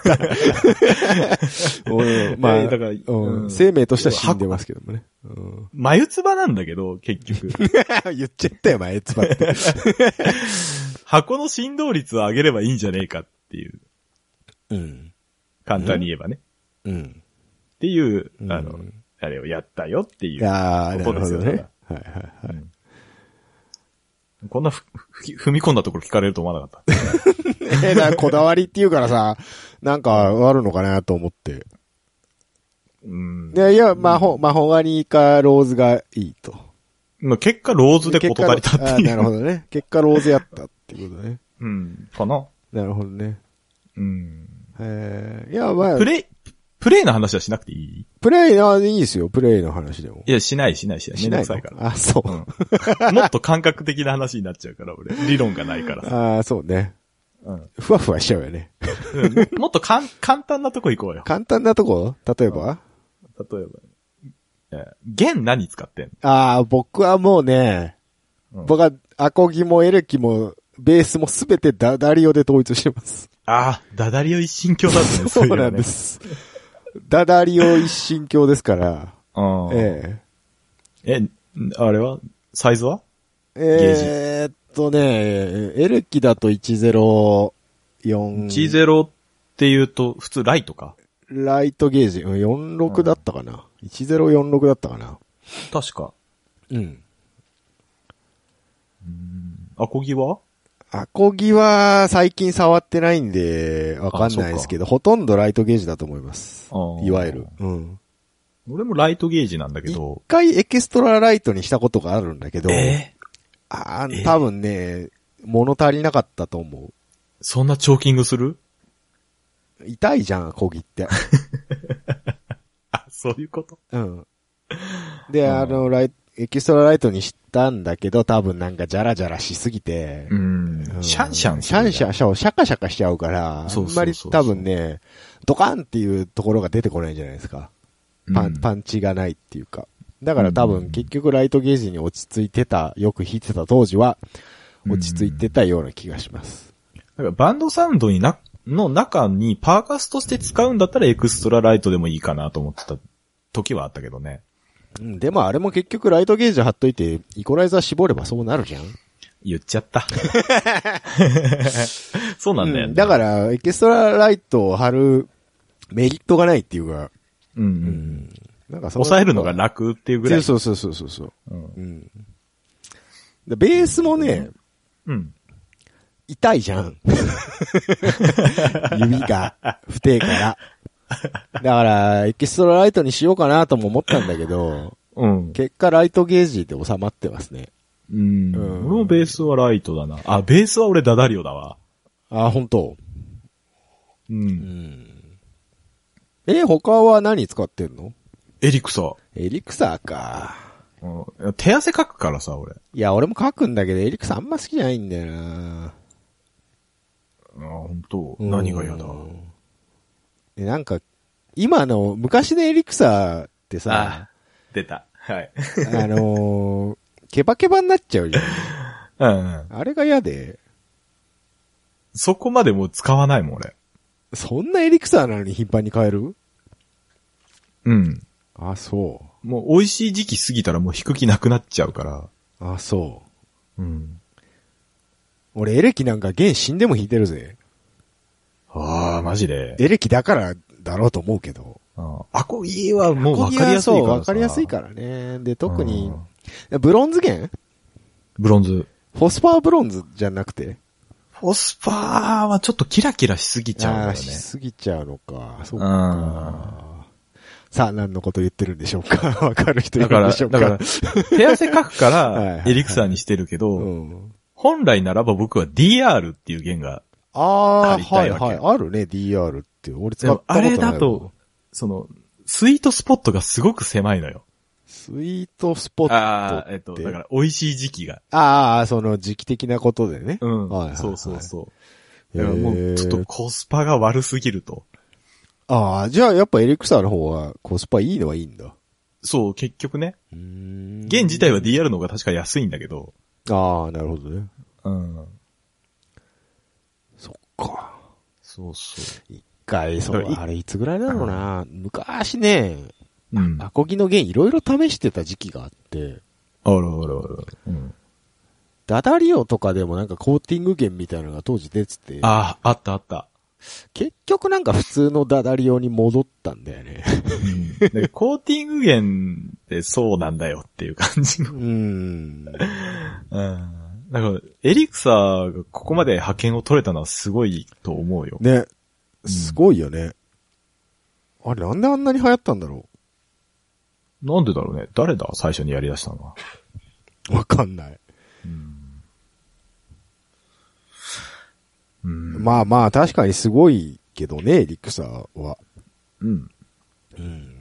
[SPEAKER 2] うんまあ、
[SPEAKER 1] えーだから
[SPEAKER 2] うん
[SPEAKER 1] うん
[SPEAKER 2] 生命としては死んでますけどもね。 うん、
[SPEAKER 1] 眉唾なんだけど、結局。
[SPEAKER 2] 言っちゃったよ、前、つばって。
[SPEAKER 1] 箱の振動率を上げればいいんじゃねえかっていう、
[SPEAKER 2] うん。
[SPEAKER 1] 簡単に言えばね。
[SPEAKER 2] う
[SPEAKER 1] っ
[SPEAKER 2] ん。
[SPEAKER 1] ていう、
[SPEAKER 2] うん
[SPEAKER 1] あの、あれをやったよっていう。
[SPEAKER 2] ああ、な
[SPEAKER 1] こ
[SPEAKER 2] る
[SPEAKER 1] と
[SPEAKER 2] ほ
[SPEAKER 1] です
[SPEAKER 2] ど
[SPEAKER 1] よ
[SPEAKER 2] ね。はいはい は
[SPEAKER 1] うんこんなふふ踏み込んだところ聞かれると思わなかった。
[SPEAKER 2] い。えーだからこだわりっていうからさ、なんかあるのかなと思って。
[SPEAKER 1] うん。
[SPEAKER 2] いや、いや、マホ、マホガニかローズがいいと。
[SPEAKER 1] まあ結果、ローズで
[SPEAKER 2] 結
[SPEAKER 1] 事
[SPEAKER 2] 果
[SPEAKER 1] 足りたっ
[SPEAKER 2] あ
[SPEAKER 1] て
[SPEAKER 2] ー
[SPEAKER 1] い
[SPEAKER 2] なる
[SPEAKER 1] う。
[SPEAKER 2] ほどね。結果ローズやったっていうことね。
[SPEAKER 1] うん。かな。
[SPEAKER 2] なるほどね。
[SPEAKER 1] うん。
[SPEAKER 2] えー、いや、まあ
[SPEAKER 1] プ、レイ、プレイの話はしなくていい
[SPEAKER 2] プレイの、いいですよ、プレイの話でも。
[SPEAKER 1] いや、しないしないしない。めんど
[SPEAKER 2] の
[SPEAKER 1] くさいから。
[SPEAKER 2] あ、そうう。
[SPEAKER 1] ん。もっと感覚的な話になっちゃうから、俺。理論がないからさ。
[SPEAKER 2] ああ、そうね。
[SPEAKER 1] うん。
[SPEAKER 2] ふわふわしちゃうよね。
[SPEAKER 1] うんもっとかん、簡単なとこ行こうよ。
[SPEAKER 2] 簡単なとこ例えば
[SPEAKER 1] 例えば。えー弦何使ってんの
[SPEAKER 2] ああ、僕はもうね、
[SPEAKER 1] うん
[SPEAKER 2] 僕はアコギもエレキも、ベースもすべてダダリオで統一してます。
[SPEAKER 1] ああ、ダダリオ一神教だったね。
[SPEAKER 2] そう
[SPEAKER 1] いえばね
[SPEAKER 2] なん で。す。ダダリオ一神教ですから。
[SPEAKER 1] うん。
[SPEAKER 2] ええ
[SPEAKER 1] え、んあれはサイズは
[SPEAKER 2] えー、っとね、エルキだと104、
[SPEAKER 1] ?10 って言うと、普通ライトか
[SPEAKER 2] ライトゲージ、うん46だったかな。1046だったかな。
[SPEAKER 1] 確か。
[SPEAKER 2] うん。
[SPEAKER 1] アコギは
[SPEAKER 2] アコギは最近触ってないんで、わかんないですけど、ほとんどライトゲージだと思います。いわゆる。。うん。
[SPEAKER 1] 俺もライトゲージなんだけ
[SPEAKER 2] 一
[SPEAKER 1] ど。
[SPEAKER 2] 回エキストラライトにしたことがあるんだけど、
[SPEAKER 1] え
[SPEAKER 2] あー
[SPEAKER 1] え
[SPEAKER 2] 多分ね、物足りなかったと思
[SPEAKER 1] そんなチョーキングする
[SPEAKER 2] う。痛いじゃん、アコ ギって。
[SPEAKER 1] あ、そういうこと
[SPEAKER 2] うん。で、
[SPEAKER 1] うん
[SPEAKER 2] あの、ライエキストラライトにしたんだけど、多分なんかジャラジャラしすぎて、
[SPEAKER 1] うん
[SPEAKER 2] う。ん
[SPEAKER 1] シャンシャン
[SPEAKER 2] シャンシャ
[SPEAKER 1] ン。
[SPEAKER 2] ン、シャシャカシャカしちゃうから、あ
[SPEAKER 1] そうんそ
[SPEAKER 2] ま
[SPEAKER 1] う
[SPEAKER 2] り
[SPEAKER 1] そう
[SPEAKER 2] 多分ね、ドカンっていうところが出てこないじゃないですか。パン、パンチがないっていうか。だから多
[SPEAKER 1] うん
[SPEAKER 2] 分結局ライトゲージに落ち着いてた、よく弾いてた当時は、落ち着いてたような気がします。
[SPEAKER 1] だからバンドサウンドにな、の中にパーカスとして使うんだったらエクストラライトでもいいかなと思ってた時はあったけどね。
[SPEAKER 2] うん、でもあれも結局ライトゲージ貼っといて、イコライザー絞ればそうなるじゃん
[SPEAKER 1] 言っちゃった。そうなんだよね。、
[SPEAKER 2] だからら、エキストラライトを貼るメリットがないっていうか、
[SPEAKER 1] うんうん。
[SPEAKER 2] なんかそ
[SPEAKER 1] 抑えるのが楽っていうぐらい。
[SPEAKER 2] そうそうそうそうそう。
[SPEAKER 1] うん。
[SPEAKER 2] うん。でベースもね、
[SPEAKER 1] うん。
[SPEAKER 2] 痛いじゃ ん。指が、不定から。だから、エキストラライトにしようかなとも思ったんだけど、
[SPEAKER 1] うん。
[SPEAKER 2] 結果ライトゲージで収まってますね。
[SPEAKER 1] うん。
[SPEAKER 2] う
[SPEAKER 1] 俺
[SPEAKER 2] ん
[SPEAKER 1] もベースはライトだな。あ、ベースは俺ダダリオだわ。
[SPEAKER 2] あ、本当
[SPEAKER 1] う。
[SPEAKER 2] うんん。え、他は何使ってんの
[SPEAKER 1] エリクサー。
[SPEAKER 2] エリクサーか。
[SPEAKER 1] うん手汗かくからさ、俺。
[SPEAKER 2] いや、俺も書くんだけど、エリクサーあんま好きじゃないんだよな
[SPEAKER 1] あ、本当
[SPEAKER 2] うん
[SPEAKER 1] 何が嫌だ。
[SPEAKER 2] でなんか、今の、昔のエリクサーってさ、あ
[SPEAKER 1] あ出た。はい。
[SPEAKER 2] のー、ケバケバになっちゃうじゃん。
[SPEAKER 1] うんうん。
[SPEAKER 2] あれが嫌で、
[SPEAKER 1] そこまでもう使わないもん、俺。
[SPEAKER 2] そんなエリクサーなのに頻繁に変える
[SPEAKER 1] うん。
[SPEAKER 2] あ、そ
[SPEAKER 1] もう美味しい時期過ぎたらもう引く気なくなっちゃうから。
[SPEAKER 2] う。あ、そう。
[SPEAKER 1] うん。
[SPEAKER 2] 俺エレキなんか弦死んでも弾いてるぜ。
[SPEAKER 1] ああ、マジで。
[SPEAKER 2] エレキだからだろうと思うけど。
[SPEAKER 1] あーアコギはもうわかりやすいから
[SPEAKER 2] ここにはそう
[SPEAKER 1] さ。
[SPEAKER 2] わかりやすいからね。で、特に
[SPEAKER 1] うん、
[SPEAKER 2] ブロンズ弦
[SPEAKER 1] ブロンズ。
[SPEAKER 2] フォスパーブロンズじゃなくて
[SPEAKER 1] フォスパーはちょっとキラキラしすぎちゃうんだ
[SPEAKER 2] あ
[SPEAKER 1] よ
[SPEAKER 2] あー、
[SPEAKER 1] ね。
[SPEAKER 2] しすぎちゃうのか。そう
[SPEAKER 1] うん
[SPEAKER 2] か。さあ、何のこと言ってるんでしょうか わかる人い
[SPEAKER 1] だか
[SPEAKER 2] るん
[SPEAKER 1] ら、
[SPEAKER 2] でしょ
[SPEAKER 1] だ
[SPEAKER 2] うか
[SPEAKER 1] から、手汗かくか
[SPEAKER 2] はいはい
[SPEAKER 1] ら
[SPEAKER 2] は、い
[SPEAKER 1] エリクサーにしてるけど、
[SPEAKER 2] うん。
[SPEAKER 1] 本来ならば僕は DR っていう弦が、
[SPEAKER 2] ああ
[SPEAKER 1] 借
[SPEAKER 2] ー、
[SPEAKER 1] りた
[SPEAKER 2] はいい
[SPEAKER 1] わけ
[SPEAKER 2] はい。あるね、DR って。俺使
[SPEAKER 1] で
[SPEAKER 2] った
[SPEAKER 1] も
[SPEAKER 2] こと
[SPEAKER 1] あ
[SPEAKER 2] ない
[SPEAKER 1] れだ
[SPEAKER 2] な
[SPEAKER 1] と、、その、スイートスポットがすごく狭いのよ。
[SPEAKER 2] スイートスポット
[SPEAKER 1] ああ、えっ
[SPEAKER 2] っ
[SPEAKER 1] と、
[SPEAKER 2] て。
[SPEAKER 1] だから美味しい時期が。
[SPEAKER 2] ああ、その時期的なことでね。
[SPEAKER 1] うん
[SPEAKER 2] はいはいはい
[SPEAKER 1] そうそうそう。だからもう、ちょっ
[SPEAKER 2] へ
[SPEAKER 1] と
[SPEAKER 2] ー。
[SPEAKER 1] コスパが悪すぎると。
[SPEAKER 2] ああ、じゃあやっぱエリクサーの方はコスパいいのはいいんだ。
[SPEAKER 1] そう、結局ね。弦
[SPEAKER 2] 弦
[SPEAKER 1] 自体は DR の方が確か安いんだけど。
[SPEAKER 2] ああ、なるほどね。
[SPEAKER 1] うん。
[SPEAKER 2] そっか。
[SPEAKER 1] そうそう。
[SPEAKER 2] 一回、そ
[SPEAKER 1] だから
[SPEAKER 2] う、
[SPEAKER 1] い
[SPEAKER 2] あれいつぐらいだろうな。昔ね、
[SPEAKER 1] うん。あ
[SPEAKER 2] アコギの弦いろいろ試してた時期があって、
[SPEAKER 1] らあらあら。うん。
[SPEAKER 2] ダダリオとかでもなんかコーティング弦みたいなのが当時出てて、
[SPEAKER 1] ああ、あったあった。
[SPEAKER 2] 結局なんか普通のダダリオに戻ったんだよね。
[SPEAKER 1] うんでコーティング弦ってそうなんだよっていう感じの
[SPEAKER 2] う。ーん。
[SPEAKER 1] うん。だから、エリクサーがここまで派遣を取れたのはすごいと思うよ。
[SPEAKER 2] ね、すごいよね。あれなんであんなに流行ったんだろ
[SPEAKER 1] なんでだろうね。誰だ最初にやり出したのは。
[SPEAKER 2] うわかんない。
[SPEAKER 1] うん。うん。
[SPEAKER 2] まあまあ確かにすごいけどね、エリクサーは。
[SPEAKER 1] うん。
[SPEAKER 2] うん。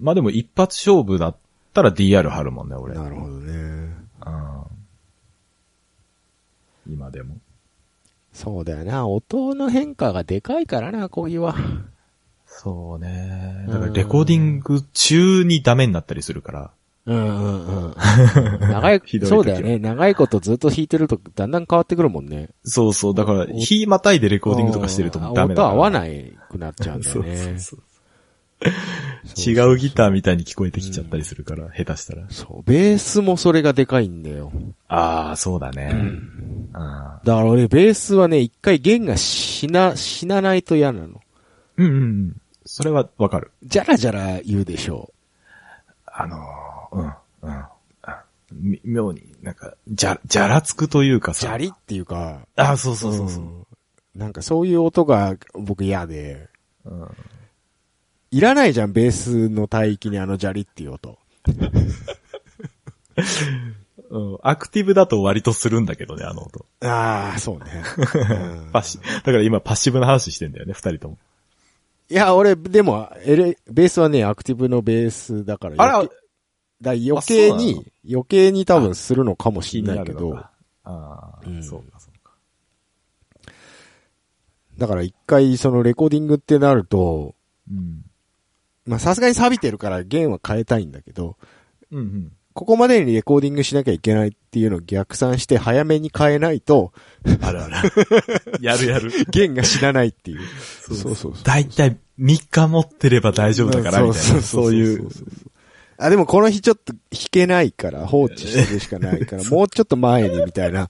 [SPEAKER 1] まあでも一発勝負だったら DR 貼るもんね、俺。
[SPEAKER 2] なるほどね。
[SPEAKER 1] うん今でも。
[SPEAKER 2] そうだよな。音の変化がでかいからな、こういうは。
[SPEAKER 1] そうね。だからレコーディング中にダメになったりするから。
[SPEAKER 2] うんうんうん。長 い
[SPEAKER 1] ひ、どい時は
[SPEAKER 2] そうだよね。長いことずっと弾いてると、だんだん変わってくるもんね。
[SPEAKER 1] そうそう。だから、
[SPEAKER 2] お
[SPEAKER 1] 火またいでレコーディングとかしてるともうダメだか
[SPEAKER 2] あ
[SPEAKER 1] ら。
[SPEAKER 2] 音合わ
[SPEAKER 1] い
[SPEAKER 2] ないくなっちゃうんだ
[SPEAKER 1] そ
[SPEAKER 2] よ
[SPEAKER 1] うそう
[SPEAKER 2] ね。
[SPEAKER 1] そう。
[SPEAKER 2] そう
[SPEAKER 1] 違うギターみたいに聞こえてきちゃったりするから、下手したら。
[SPEAKER 2] そう、ベースもそれがでかいんだよ。
[SPEAKER 1] ああ、そうだね。あー
[SPEAKER 2] だから俺、ベースはね、一回弦が死な、死なないと嫌なの。
[SPEAKER 1] うんうんうん。それはわかる。
[SPEAKER 2] じゃらじゃら言うでしょ
[SPEAKER 1] あのーうん、うん。あみ妙に、なんか、じゃ、じゃらつくというか
[SPEAKER 2] ジ
[SPEAKER 1] さ。
[SPEAKER 2] ャリっていうか、
[SPEAKER 1] あ、そうそうそうそう。
[SPEAKER 2] うんなんかそういう音が僕嫌で、
[SPEAKER 1] うん
[SPEAKER 2] いらないじゃん、ベースの帯域にあのジャリっていう音。
[SPEAKER 1] うんアクティブだと割とするんだけどね、あの音。
[SPEAKER 2] ああ、そうね。 うん
[SPEAKER 1] パッシ、だから今パッシブな話してんだよね、二人とも。
[SPEAKER 2] いや、俺、でも、エレ、ベースはね、アクティブのベースだから、
[SPEAKER 1] あら
[SPEAKER 2] 余計だから余計
[SPEAKER 1] あそう
[SPEAKER 2] に、余計に多分するのかもしれないけど、
[SPEAKER 1] ああ、
[SPEAKER 2] うん
[SPEAKER 1] そうか、そうか。
[SPEAKER 2] だから一回そのレコーディングってなると、
[SPEAKER 1] うん。
[SPEAKER 2] まあさすがに錆びてるから弦は変えたいんだけど、
[SPEAKER 1] うんうん。
[SPEAKER 2] ここまでにレコーディングしなきゃいけないっていうのを逆算して早めに変えないと、
[SPEAKER 1] あるある。 やるやる。
[SPEAKER 2] 弦が死なないっていう。 そう
[SPEAKER 1] そう
[SPEAKER 2] そうそ
[SPEAKER 1] だいたい3日持ってれば大丈夫だから、みたいな。そういう。
[SPEAKER 2] あ、でもこの日ちょっと弾けないから、放置してるしかな いから、もうちょっと前にみたいな。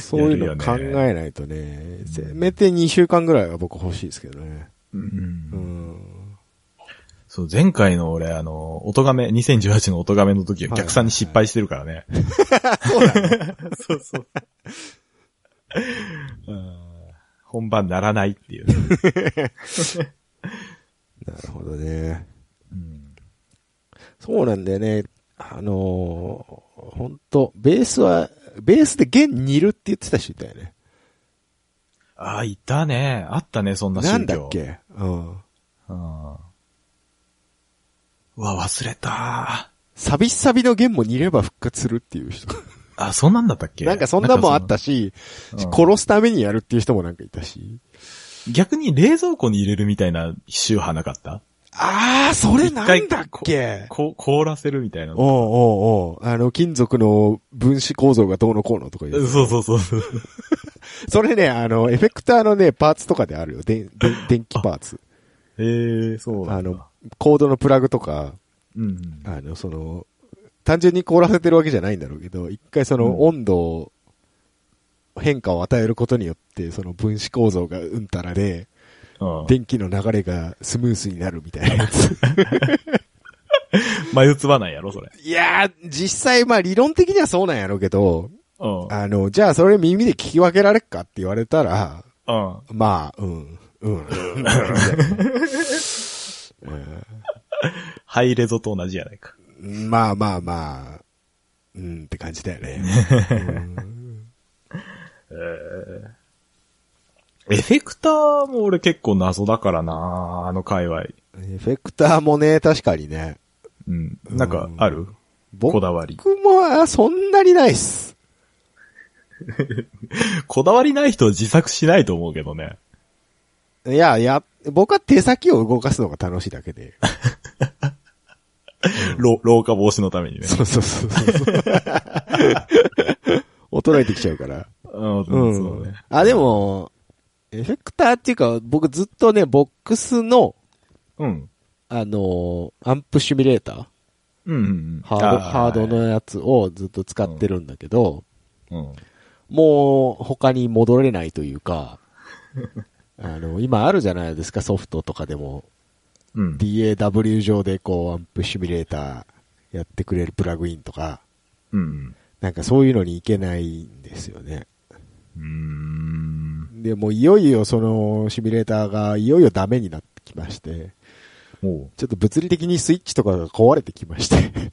[SPEAKER 2] そういうのを考えないとね。せめて2週間ぐらいは僕欲しいですけどね。
[SPEAKER 1] うん
[SPEAKER 2] うん。
[SPEAKER 1] そう、前回の俺、あの、音亀、2018の音亀の時は逆算に失敗してるからね。 そうそう。うん本番ならないっていうね。
[SPEAKER 2] なるほどね。
[SPEAKER 1] うん
[SPEAKER 2] そうなんだよね。あのー、ほんと、ベースは、ベースで弦煮るって言ってた人いたよね。
[SPEAKER 1] ああ、いたね。あったね、そんな宗教。
[SPEAKER 2] なんだっけうん。
[SPEAKER 1] うん。うわ、忘れた。
[SPEAKER 2] サビッサビの弦も煮れば復活するっていう人。
[SPEAKER 1] あ、そんなんだったっけ
[SPEAKER 2] なんかそんなもんあったし、
[SPEAKER 1] なんかその
[SPEAKER 2] 殺すためにやるっていう人もなんかいたし。
[SPEAKER 1] 逆に冷蔵庫に入れるみたいな宗派なかった
[SPEAKER 2] あー、それなんだっけ
[SPEAKER 1] こ凍らせるみたいな。
[SPEAKER 2] おうおうおうあの、金属の分子構造がどうのこうのとか言。
[SPEAKER 1] そううそうそうそう。
[SPEAKER 2] それね、あの、エフェクターのね、パーツとかであるよ。でんでん電気パーツ。
[SPEAKER 1] ええ そうな
[SPEAKER 2] あ
[SPEAKER 1] んだ
[SPEAKER 2] の、コードのプラグとか、
[SPEAKER 1] うん。
[SPEAKER 2] あの、その、単純に凍らせてるわけじゃないんだろうけど、一回そ
[SPEAKER 1] うん
[SPEAKER 2] の温度を、変化を与えることによって、その分子構造がうんたらで、
[SPEAKER 1] うん。
[SPEAKER 2] 電気の流れがスムースになるみたいなやつ。
[SPEAKER 1] 眉唾なんやろ、それ。
[SPEAKER 2] いやー、実際まあ理論的にはそうなんやろうけど、
[SPEAKER 1] うん。うん。
[SPEAKER 2] あの、じゃあそれ耳で聞き分けられっかって言われたら、
[SPEAKER 1] あ
[SPEAKER 2] まあ、うん、うん。うん
[SPEAKER 1] ハイレゾと同じやないか。
[SPEAKER 2] まあまあまあ、うんって感じだよね。
[SPEAKER 1] エフェクターも俺結構謎だからなあの界隈。
[SPEAKER 2] エフェクターもね、確かにね。
[SPEAKER 1] うん。なんか、あるこだわり。
[SPEAKER 2] 僕もあそんなにないっす。
[SPEAKER 1] こだわりない人は自作しないと思うけどね。
[SPEAKER 2] いや、や、僕は手先を動かすのが楽しいだけで。
[SPEAKER 1] 老老化防止のためにね。
[SPEAKER 2] そうそうそう そう。衰えてきちゃうから。
[SPEAKER 1] うん、
[SPEAKER 2] うん。
[SPEAKER 1] そうね。
[SPEAKER 2] あ、でも、エフェクターっていうか、僕ずっとね、ボックスの、
[SPEAKER 1] うん。
[SPEAKER 2] あのーアンプシミュレーター
[SPEAKER 1] うんうんうん。
[SPEAKER 2] ハード、
[SPEAKER 1] あ
[SPEAKER 2] ハード。のやつをずっと使ってるんだけど、
[SPEAKER 1] うん。
[SPEAKER 2] もう他に戻れないとい うか、あの、今あるじゃないですか、ソフトとかでも。
[SPEAKER 1] うん。
[SPEAKER 2] DAW 上でこう、アンプシミュレーターやってくれるプラグインとか、
[SPEAKER 1] うん。
[SPEAKER 2] なんかそういうのにいけないんですよね。
[SPEAKER 1] うーん。
[SPEAKER 2] で、もういよいよそのシミュレーターがいよいよダメになってきまして、
[SPEAKER 1] も
[SPEAKER 2] ちょっと物理的にスイッチとかが壊れてきまして。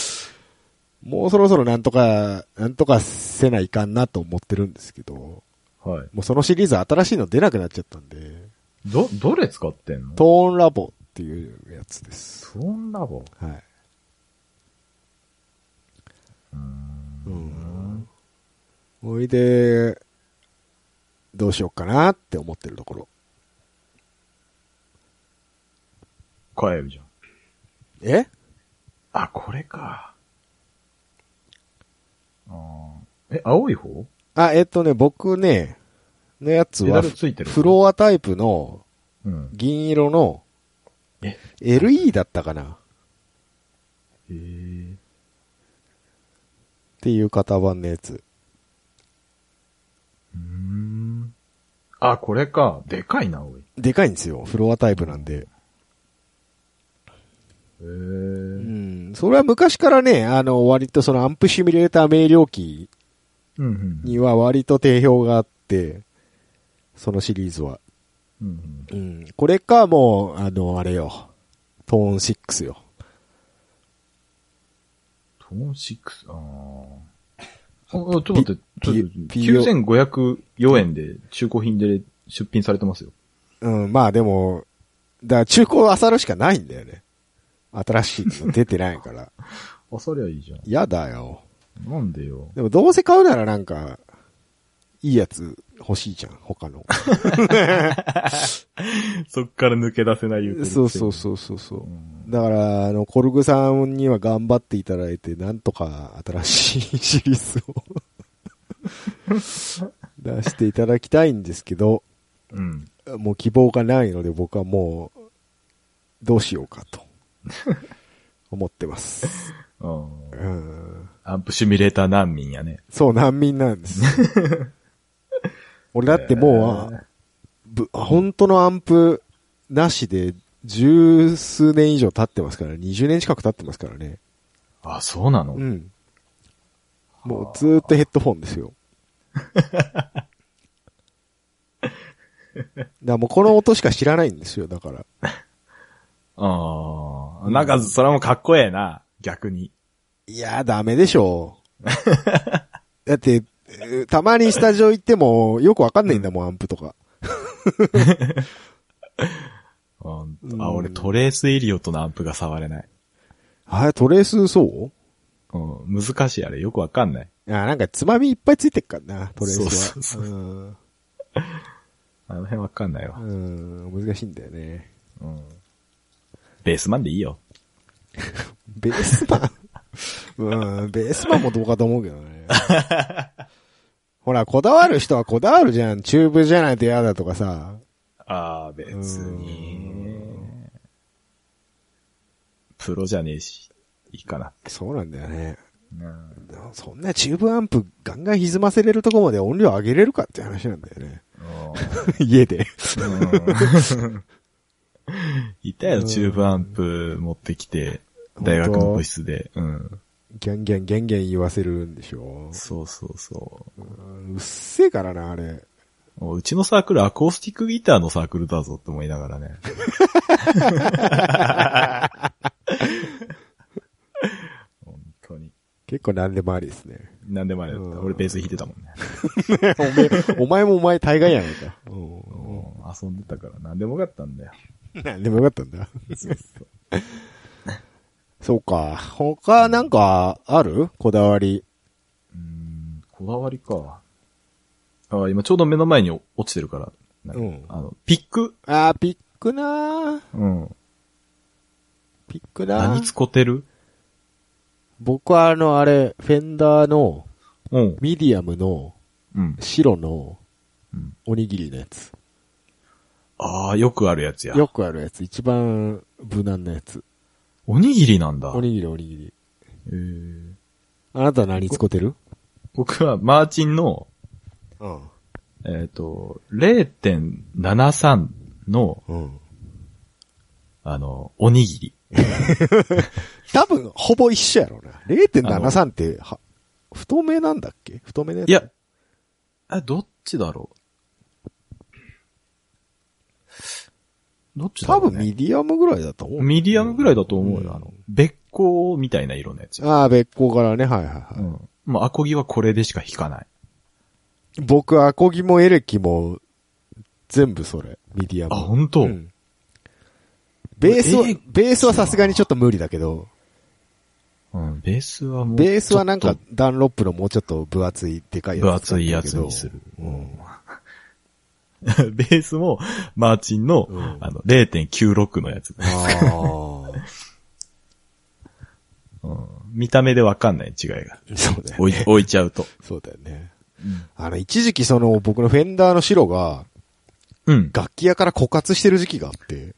[SPEAKER 2] もうそろそろなんとか、なんとかせないかんなと思ってるんですけど、も
[SPEAKER 1] う。はい。
[SPEAKER 2] うそのシリーズ新しいの出なくなっちゃったんで、
[SPEAKER 1] ど、どれ使ってんの
[SPEAKER 2] トーンラボっていうやつです。
[SPEAKER 1] そんなもん。
[SPEAKER 2] はい。うん。おいで、どうしようかなって思ってるところ。
[SPEAKER 1] 変えるじゃん。
[SPEAKER 2] え
[SPEAKER 1] あ、これか。あーえ、青い方
[SPEAKER 2] あ、えっとね、僕ね、のやつ
[SPEAKER 1] ペダ
[SPEAKER 2] は、
[SPEAKER 1] ルついてる。
[SPEAKER 2] フロアタイプの
[SPEAKER 1] うん。
[SPEAKER 2] 銀色の
[SPEAKER 1] え
[SPEAKER 2] LE だったかなっ
[SPEAKER 1] えー、
[SPEAKER 2] ていう型番のやつ。
[SPEAKER 1] うーん。あ、これか。でかいな、おい。
[SPEAKER 2] でかいんですよ。フロアタイプなんで。
[SPEAKER 1] え
[SPEAKER 2] う
[SPEAKER 1] ー、
[SPEAKER 2] ん。うん、それは昔からね、あの、割とそのアンプシミュレーター明瞭機
[SPEAKER 1] うんうん。
[SPEAKER 2] には割と定評があって、そのシリーズは。
[SPEAKER 1] うんうん
[SPEAKER 2] うん。これか、もう、あの、あれよ。トーン6よ。
[SPEAKER 1] トーン6、あーあ。ちょっと待って、ちょっと
[SPEAKER 2] ピピヨ
[SPEAKER 1] 9504円で中古品で出品されてますよ。
[SPEAKER 2] うん、まあでも、だから中古を漁るしかないんだよね。新しいの出てないから。
[SPEAKER 1] あ、そりゃいいじゃ
[SPEAKER 2] やだよ。
[SPEAKER 1] ん。なんでよ。
[SPEAKER 2] でもどうせ買うならなんか、いいやつ欲しいじゃん、他の。
[SPEAKER 1] そっから抜け出せない言
[SPEAKER 2] そうそう
[SPEAKER 1] う。
[SPEAKER 2] そうそうそう。
[SPEAKER 1] ん
[SPEAKER 2] だから、あの、コルグさんには頑張っていただいて、なんとか新しいシリーズを 出していただきたいんですけど、
[SPEAKER 1] うん。
[SPEAKER 2] もう希望がないので僕はもう、どうしようかと思ってます。
[SPEAKER 1] あ
[SPEAKER 2] う
[SPEAKER 1] ー
[SPEAKER 2] ん、
[SPEAKER 1] アンプシミュレーター難民やね。
[SPEAKER 2] そう、難民なんですよ。俺だってもう、ぶ本当のアンプなしで十数年以上経ってますから、20年近く経ってますからね。
[SPEAKER 1] あ、そうなの、
[SPEAKER 2] うん。もうずーっとヘッドフォンですよ。だからもうこの音しか知らないんですよ、だから。
[SPEAKER 1] ああ。なんか、それもかっこええな。逆に。
[SPEAKER 2] いやー、ダメでしょう。だって、えーたまにスタジオ行ってもよくわかんないんだもん、アンプとか。
[SPEAKER 1] あ
[SPEAKER 2] うん
[SPEAKER 1] あ、俺トレースエリオットのアンプが触れない。
[SPEAKER 2] あれ、トレースそう
[SPEAKER 1] うん、難しいあれ、よくわかんない。
[SPEAKER 2] あーなんかつまみいっぱいついてっからな、トレースは。
[SPEAKER 1] そうそう
[SPEAKER 2] うん
[SPEAKER 1] あの辺わかんないわ。
[SPEAKER 2] うん、難しいんだよね。
[SPEAKER 1] うん。ベースマンでいいよ。
[SPEAKER 2] ベースマンうん、ベースマンも どうかと思うけどね。 ほら、こだわる人はこだわるじゃん。チューブじゃないと嫌だとかさ。
[SPEAKER 1] ああ、別に。プロじゃねえし、いいかな。
[SPEAKER 2] そうなんだよね。
[SPEAKER 1] うん。
[SPEAKER 2] そんなチューブアンプガンガン歪ませれるとこまで音量上げれるかって話なんだよね。 家で。
[SPEAKER 1] いたよ、チューブアンプ持ってきて、大学の部室で。うん。
[SPEAKER 2] ギャンギャンギャンギャン言わせるんでしょ。
[SPEAKER 1] そうそうそう
[SPEAKER 2] っせえからな、あれ。
[SPEAKER 1] う。もううちのサークルアコースティックギターのサークルだぞって思いながらね。本当に。
[SPEAKER 2] 結構何でもありですね。
[SPEAKER 1] なんでもあれだっ
[SPEAKER 2] う
[SPEAKER 1] た。
[SPEAKER 2] ん
[SPEAKER 1] 俺ベース弾いてたもんね。
[SPEAKER 2] おめえお前もお前大概やないか。うん
[SPEAKER 1] 遊んでたから何でもよかったんだよ。
[SPEAKER 2] 何でもよかったんだ。そうか。他なんかあるこだわり。
[SPEAKER 1] うん、こだわりか。あ今ちょうど目の前に落ちてるから。なんか
[SPEAKER 2] うん
[SPEAKER 1] あの、ピック
[SPEAKER 2] あー、ピックなー
[SPEAKER 1] うん。
[SPEAKER 2] ピックな
[SPEAKER 1] 何
[SPEAKER 2] ー
[SPEAKER 1] 使ってる
[SPEAKER 2] 僕はあの、あれ、フェンダーの、
[SPEAKER 1] うん。
[SPEAKER 2] ミディアムの、
[SPEAKER 1] うん。
[SPEAKER 2] 白の
[SPEAKER 1] うん、
[SPEAKER 2] おにぎりのやつ。
[SPEAKER 1] ああ、よくあるやつや。
[SPEAKER 2] よくあるやつ。一番無難なやつ。
[SPEAKER 1] おにぎりなんだ。
[SPEAKER 2] おにぎりおにぎり。
[SPEAKER 1] えー
[SPEAKER 2] あなた何使ってる
[SPEAKER 1] 僕はマーチンの、
[SPEAKER 2] うん。
[SPEAKER 1] えっ、と、0.73の、
[SPEAKER 2] うん。
[SPEAKER 1] あの、おにぎり。
[SPEAKER 2] 多分、ほぼ一緒やろうな。0.73って、は、太めなんだっけ太めのやつ
[SPEAKER 1] いや、あ、どっちだろう。どっちだ
[SPEAKER 2] 多
[SPEAKER 1] ろう、ね、
[SPEAKER 2] 分ミディアムぐらいだと思う。
[SPEAKER 1] ミディアムぐらいだと思うよ。
[SPEAKER 2] うん
[SPEAKER 1] あの、別光みたいな色のやつ。
[SPEAKER 2] ああ、別光からね、はいはいはい。
[SPEAKER 1] うん。もうアコギはこれでしか弾かない。
[SPEAKER 2] 僕、アコギもエレキも、全部それ、ミディアム。
[SPEAKER 1] あ本当
[SPEAKER 2] うんベースは
[SPEAKER 1] ええ、
[SPEAKER 2] ベースはさすがにちょっと無理だけど、
[SPEAKER 1] うん。ベースはもう。
[SPEAKER 2] ベースはなん
[SPEAKER 1] ちょ
[SPEAKER 2] か
[SPEAKER 1] っと、
[SPEAKER 2] ダンロップのもうちょっと分厚い、でかいやつ。
[SPEAKER 1] 分厚いやつにする。
[SPEAKER 2] うん。
[SPEAKER 1] ベースも、マーチンの、
[SPEAKER 2] うん
[SPEAKER 1] あの、0.96のやつ。
[SPEAKER 2] ああ。
[SPEAKER 1] うん。見た目でわかんない違い が。
[SPEAKER 2] そうだよ
[SPEAKER 1] 置い
[SPEAKER 2] ね。
[SPEAKER 1] 置いちゃうと。
[SPEAKER 2] そうだよね。あの、一時期その、僕のフェンダーの白が、
[SPEAKER 1] うん。
[SPEAKER 2] 楽器屋から枯渇してる時期があって、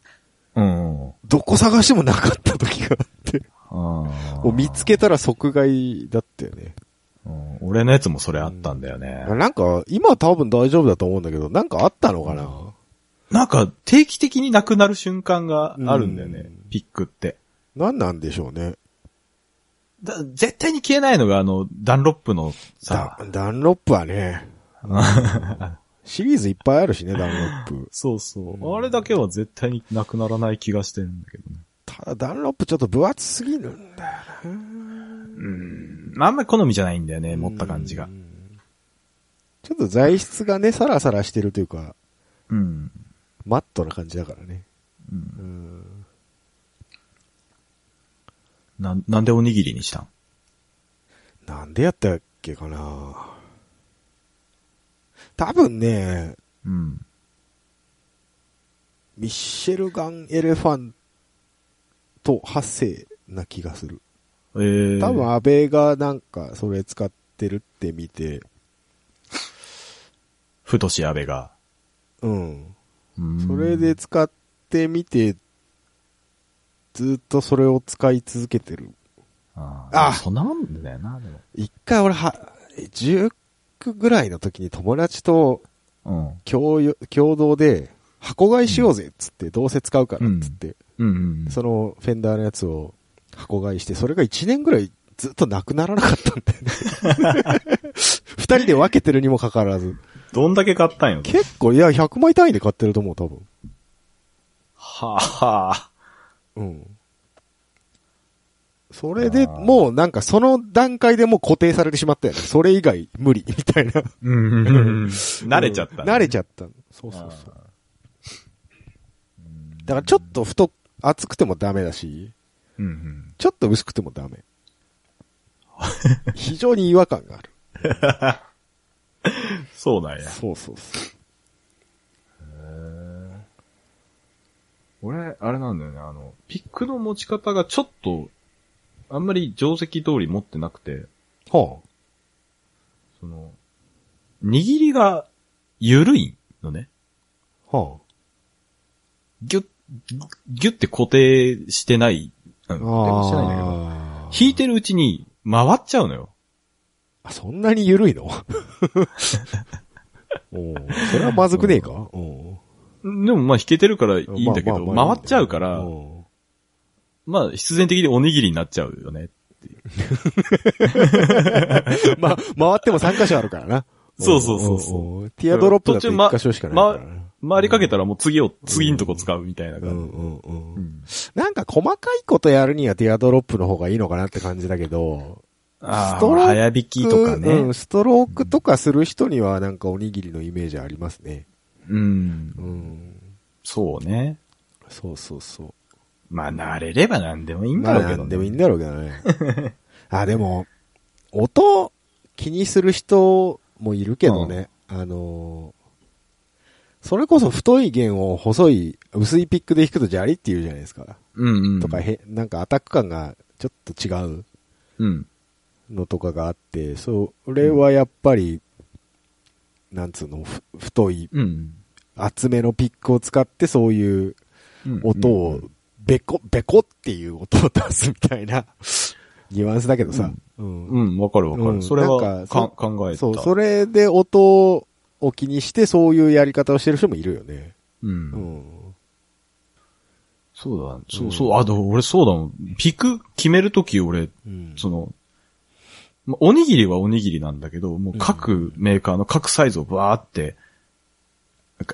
[SPEAKER 1] うん。
[SPEAKER 2] どこ探してもなかった時があって、
[SPEAKER 1] あ
[SPEAKER 2] もう見つけたら即買いだったよね。
[SPEAKER 1] うん俺のやつもそれあったんだよね。
[SPEAKER 2] なんか、今は多分大丈夫だと思うんだけど、なんかあったのかな
[SPEAKER 1] なんか、定期的になくなる瞬間があるんだよね。
[SPEAKER 2] うん
[SPEAKER 1] ピックって。
[SPEAKER 2] 何なんでしょうね。
[SPEAKER 1] だ絶対に消えないのが、あの、ダンロップのさ
[SPEAKER 2] ダ、ダンロップは ね、シリーズいっぱいあるしね、ダンロップ。
[SPEAKER 1] そうそう。あれだけは絶対になくならない気がしてるんだけどね。
[SPEAKER 2] ただ、ダンロップちょっと分厚すぎるんだよ
[SPEAKER 1] うん。あんまり好みじゃないんだよね、持った感じが
[SPEAKER 2] う。んちょっと材質がね、サラサラしてるというか、
[SPEAKER 1] うん。
[SPEAKER 2] マットな感じだからね。
[SPEAKER 1] うん
[SPEAKER 2] うん
[SPEAKER 1] な、なんでおにぎりにしたん
[SPEAKER 2] なんでやったっけかな多分ね、
[SPEAKER 1] うん。
[SPEAKER 2] ミッシェルガン・エレファンと派生な気がする。
[SPEAKER 1] えー、
[SPEAKER 2] 多分安倍がなんかそれ使ってるって見て、
[SPEAKER 1] ふとし安倍が。
[SPEAKER 2] うん。
[SPEAKER 1] うん
[SPEAKER 2] それで、使ってみて、ずっとそれを使い続けてる。
[SPEAKER 1] あ
[SPEAKER 2] あ
[SPEAKER 1] あそんなもんだよな、で
[SPEAKER 2] 一回俺は、10ぐらいの時に友達と
[SPEAKER 1] も。
[SPEAKER 2] 共有共同で箱買いしようぜっつって、どうせ使うからっつって、
[SPEAKER 1] うん。うんうん。
[SPEAKER 2] そのフェンダーのやつを箱買いして、それが1年ぐらいずっとなくならなかったんだよね。 二人で分けてるにもかかわらず。
[SPEAKER 1] どんだけ買ったんよ。
[SPEAKER 2] 結構、いや、100枚単位で買ってると思う、多分。
[SPEAKER 1] はあ、はあ。
[SPEAKER 2] うん。それで、もうなんかその段階でもう固定されてしまったよね。それ以外無理、みたいな。
[SPEAKER 1] うんうんうん。慣れちゃった、
[SPEAKER 2] うん慣れ
[SPEAKER 1] ち
[SPEAKER 2] ちゃった。そうそうそう。
[SPEAKER 1] あ
[SPEAKER 2] だからちょっと太、厚くてもダメだし、
[SPEAKER 1] うんうん。
[SPEAKER 2] ちょっと薄くてもダメ。非常に違和感がある。
[SPEAKER 1] そうなんや。
[SPEAKER 2] そうそうそう。
[SPEAKER 1] 俺、あれなんだよね、あの、ピックの持ち方がちょっと、あんまり定石通り持ってなくて、
[SPEAKER 2] ほう。
[SPEAKER 1] その、握りが緩いのね。
[SPEAKER 2] ほ
[SPEAKER 1] ギュッ、ギュッて固定してない。うん、
[SPEAKER 2] う。
[SPEAKER 1] 固定はしてないんだけど。
[SPEAKER 2] あー
[SPEAKER 1] 引いてるうちに回っちゃうのよ。
[SPEAKER 2] あそんなに緩いのおうそれはまずくねえか、お
[SPEAKER 1] でもまあ引けてるからい
[SPEAKER 2] うん
[SPEAKER 1] いんだけど、回っちゃうから、
[SPEAKER 2] お
[SPEAKER 1] まあ必然的におにぎりになっちゃうよね。
[SPEAKER 2] うま、回っても3箇所あるからな。
[SPEAKER 1] そうそうそうそう
[SPEAKER 2] おおティアドロップだと1箇所しかないからな。
[SPEAKER 1] 回りかけたらもう次を、次んとこ使うみたいな
[SPEAKER 2] う
[SPEAKER 1] 感
[SPEAKER 2] ん
[SPEAKER 1] じ。
[SPEAKER 2] うんうん
[SPEAKER 1] うん
[SPEAKER 2] なんか細かいことやるにはティアドロップの方がいいのかなって感じだけど、
[SPEAKER 1] ああ、
[SPEAKER 2] ストローク
[SPEAKER 1] 早引きとかね。
[SPEAKER 2] うん、ストロークとかする人にはなんかおにぎりのイメージありますね。
[SPEAKER 1] うん
[SPEAKER 2] う。ん。
[SPEAKER 1] そうね。
[SPEAKER 2] そうそうそう。
[SPEAKER 1] まあ、慣れれば何でもいいんだ
[SPEAKER 2] まあ
[SPEAKER 1] ろうけ
[SPEAKER 2] な
[SPEAKER 1] ど、
[SPEAKER 2] ん
[SPEAKER 1] ね。
[SPEAKER 2] でもいいんだろうけどね。 あ、でも、音気にする人もいるけどね。あのーそれこそ太い弦を細い、薄いピックで弾くとジャリって言うじゃないですか。
[SPEAKER 1] うんうん。
[SPEAKER 2] とか、へ、なんかアタック感がちょっと違う
[SPEAKER 1] うん。
[SPEAKER 2] のとかがあって、それはやっぱり、なんつうの、ふ太い、
[SPEAKER 1] うん。
[SPEAKER 2] 厚めのピックを使ってそういう
[SPEAKER 1] うん。
[SPEAKER 2] 音を、べこ、べこっていう音を出すみたいな、 ニュアンスだけどさ。うん
[SPEAKER 1] うん、わかるわかる。
[SPEAKER 2] うん
[SPEAKER 1] それ
[SPEAKER 2] なん
[SPEAKER 1] は
[SPEAKER 2] かそ
[SPEAKER 1] か考えた。
[SPEAKER 2] そう、それで音を気にして、そういうやり方をしてる人もいるよね。
[SPEAKER 1] う。
[SPEAKER 2] うんん。
[SPEAKER 1] そうだ。そうそう。あ、でも俺そうだもん。ピク決めるとき俺、
[SPEAKER 2] うん。
[SPEAKER 1] その、まおにぎりはおにぎりなんだけど、もう各メーカーの各サイズをバーって、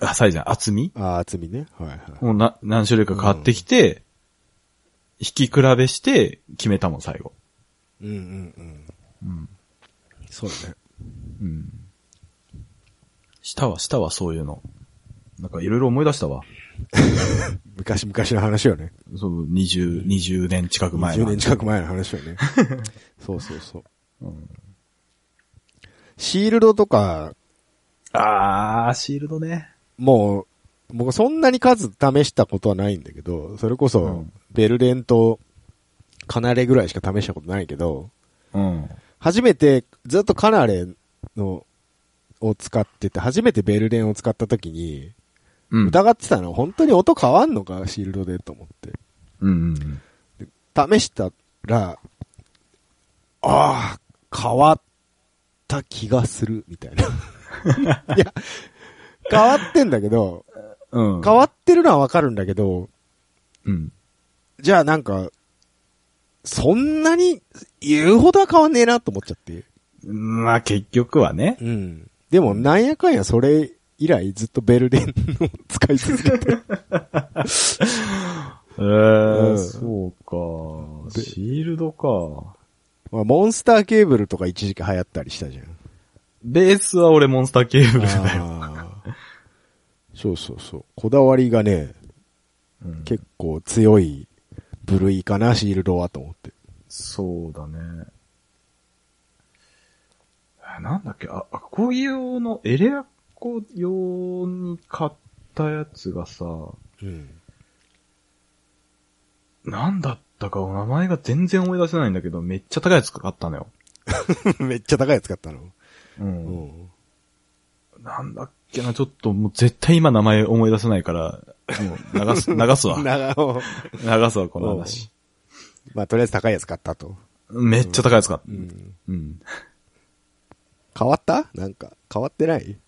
[SPEAKER 1] あサイズじゃん、厚み
[SPEAKER 2] ああ、厚みね。はいはい。
[SPEAKER 1] もうな何種類か買ってきて、引き比べして決めたもん、最後。
[SPEAKER 2] うんうんうん。
[SPEAKER 1] うん。
[SPEAKER 2] そうね。
[SPEAKER 1] うん。したわ、したわ、そういうの。なんかいろいろ思い出したわ。
[SPEAKER 2] 昔々の話よね。
[SPEAKER 1] そう、20、20年近く前
[SPEAKER 2] 10
[SPEAKER 1] の。
[SPEAKER 2] 年近く前の話よね。 そうそうそう。
[SPEAKER 1] うん
[SPEAKER 2] シールドとか、
[SPEAKER 1] あー、シールドね。
[SPEAKER 2] もう、僕そんなに数試したことはないんだけど、それこ
[SPEAKER 1] う
[SPEAKER 2] そ
[SPEAKER 1] ん、
[SPEAKER 2] ベルレンとカナレぐらいしか試したことないけど、
[SPEAKER 1] うん。
[SPEAKER 2] 初めて、ずっとカナレの、を使ってて、初めてベルレンを使った時に、
[SPEAKER 1] うん。
[SPEAKER 2] 疑ってたの、本当に音変わんのか、シールドでと思って。
[SPEAKER 1] うんうん
[SPEAKER 2] 試したら、ああ、変わった気がする、みたい な。いや、変わってんだけど、
[SPEAKER 1] うん。うん。
[SPEAKER 2] 変わってるのはわかるんだけど、
[SPEAKER 1] うん。
[SPEAKER 2] じゃあなんか、そんなに言うほどは変わんねえなと思っちゃって。
[SPEAKER 1] まあ結局はね。
[SPEAKER 2] うん。でも、なんやかんやそれ以来ずっとベルデンを使い続 けてる。
[SPEAKER 1] ええ
[SPEAKER 2] うん
[SPEAKER 1] そうか。
[SPEAKER 2] で
[SPEAKER 1] シールドか。
[SPEAKER 2] まあ、モンスターケーブルとか一時期流行ったりしたじゃん。
[SPEAKER 1] ベースは俺モンスターケーブルだよ。
[SPEAKER 2] あーそうそうそう。こだわりがね、
[SPEAKER 1] うん
[SPEAKER 2] 結構強い部類かな、シールドはと思って。
[SPEAKER 1] そうだね。あなんだっけ、あ、アコギ用の、エレアコ用に買ったやつがさ、
[SPEAKER 2] うん。
[SPEAKER 1] なんだったかお名前が全然思い出せないんだけど、めっちゃ高いやつ買ったのよ。
[SPEAKER 2] めっちゃ高いやつ買ったの。
[SPEAKER 1] う。
[SPEAKER 2] うんん。
[SPEAKER 1] なんだっけな、ちょっともう絶対今名前思い出せないから、もう流す、流す わ。
[SPEAKER 2] 長尾
[SPEAKER 1] 流すわ、この話。
[SPEAKER 2] まあ、とりあえず高いやつ買ったと。
[SPEAKER 1] めっちゃ高いやつ買っ
[SPEAKER 2] う
[SPEAKER 1] た。
[SPEAKER 2] ん。
[SPEAKER 1] うん。
[SPEAKER 2] 変わったなんか、変わってない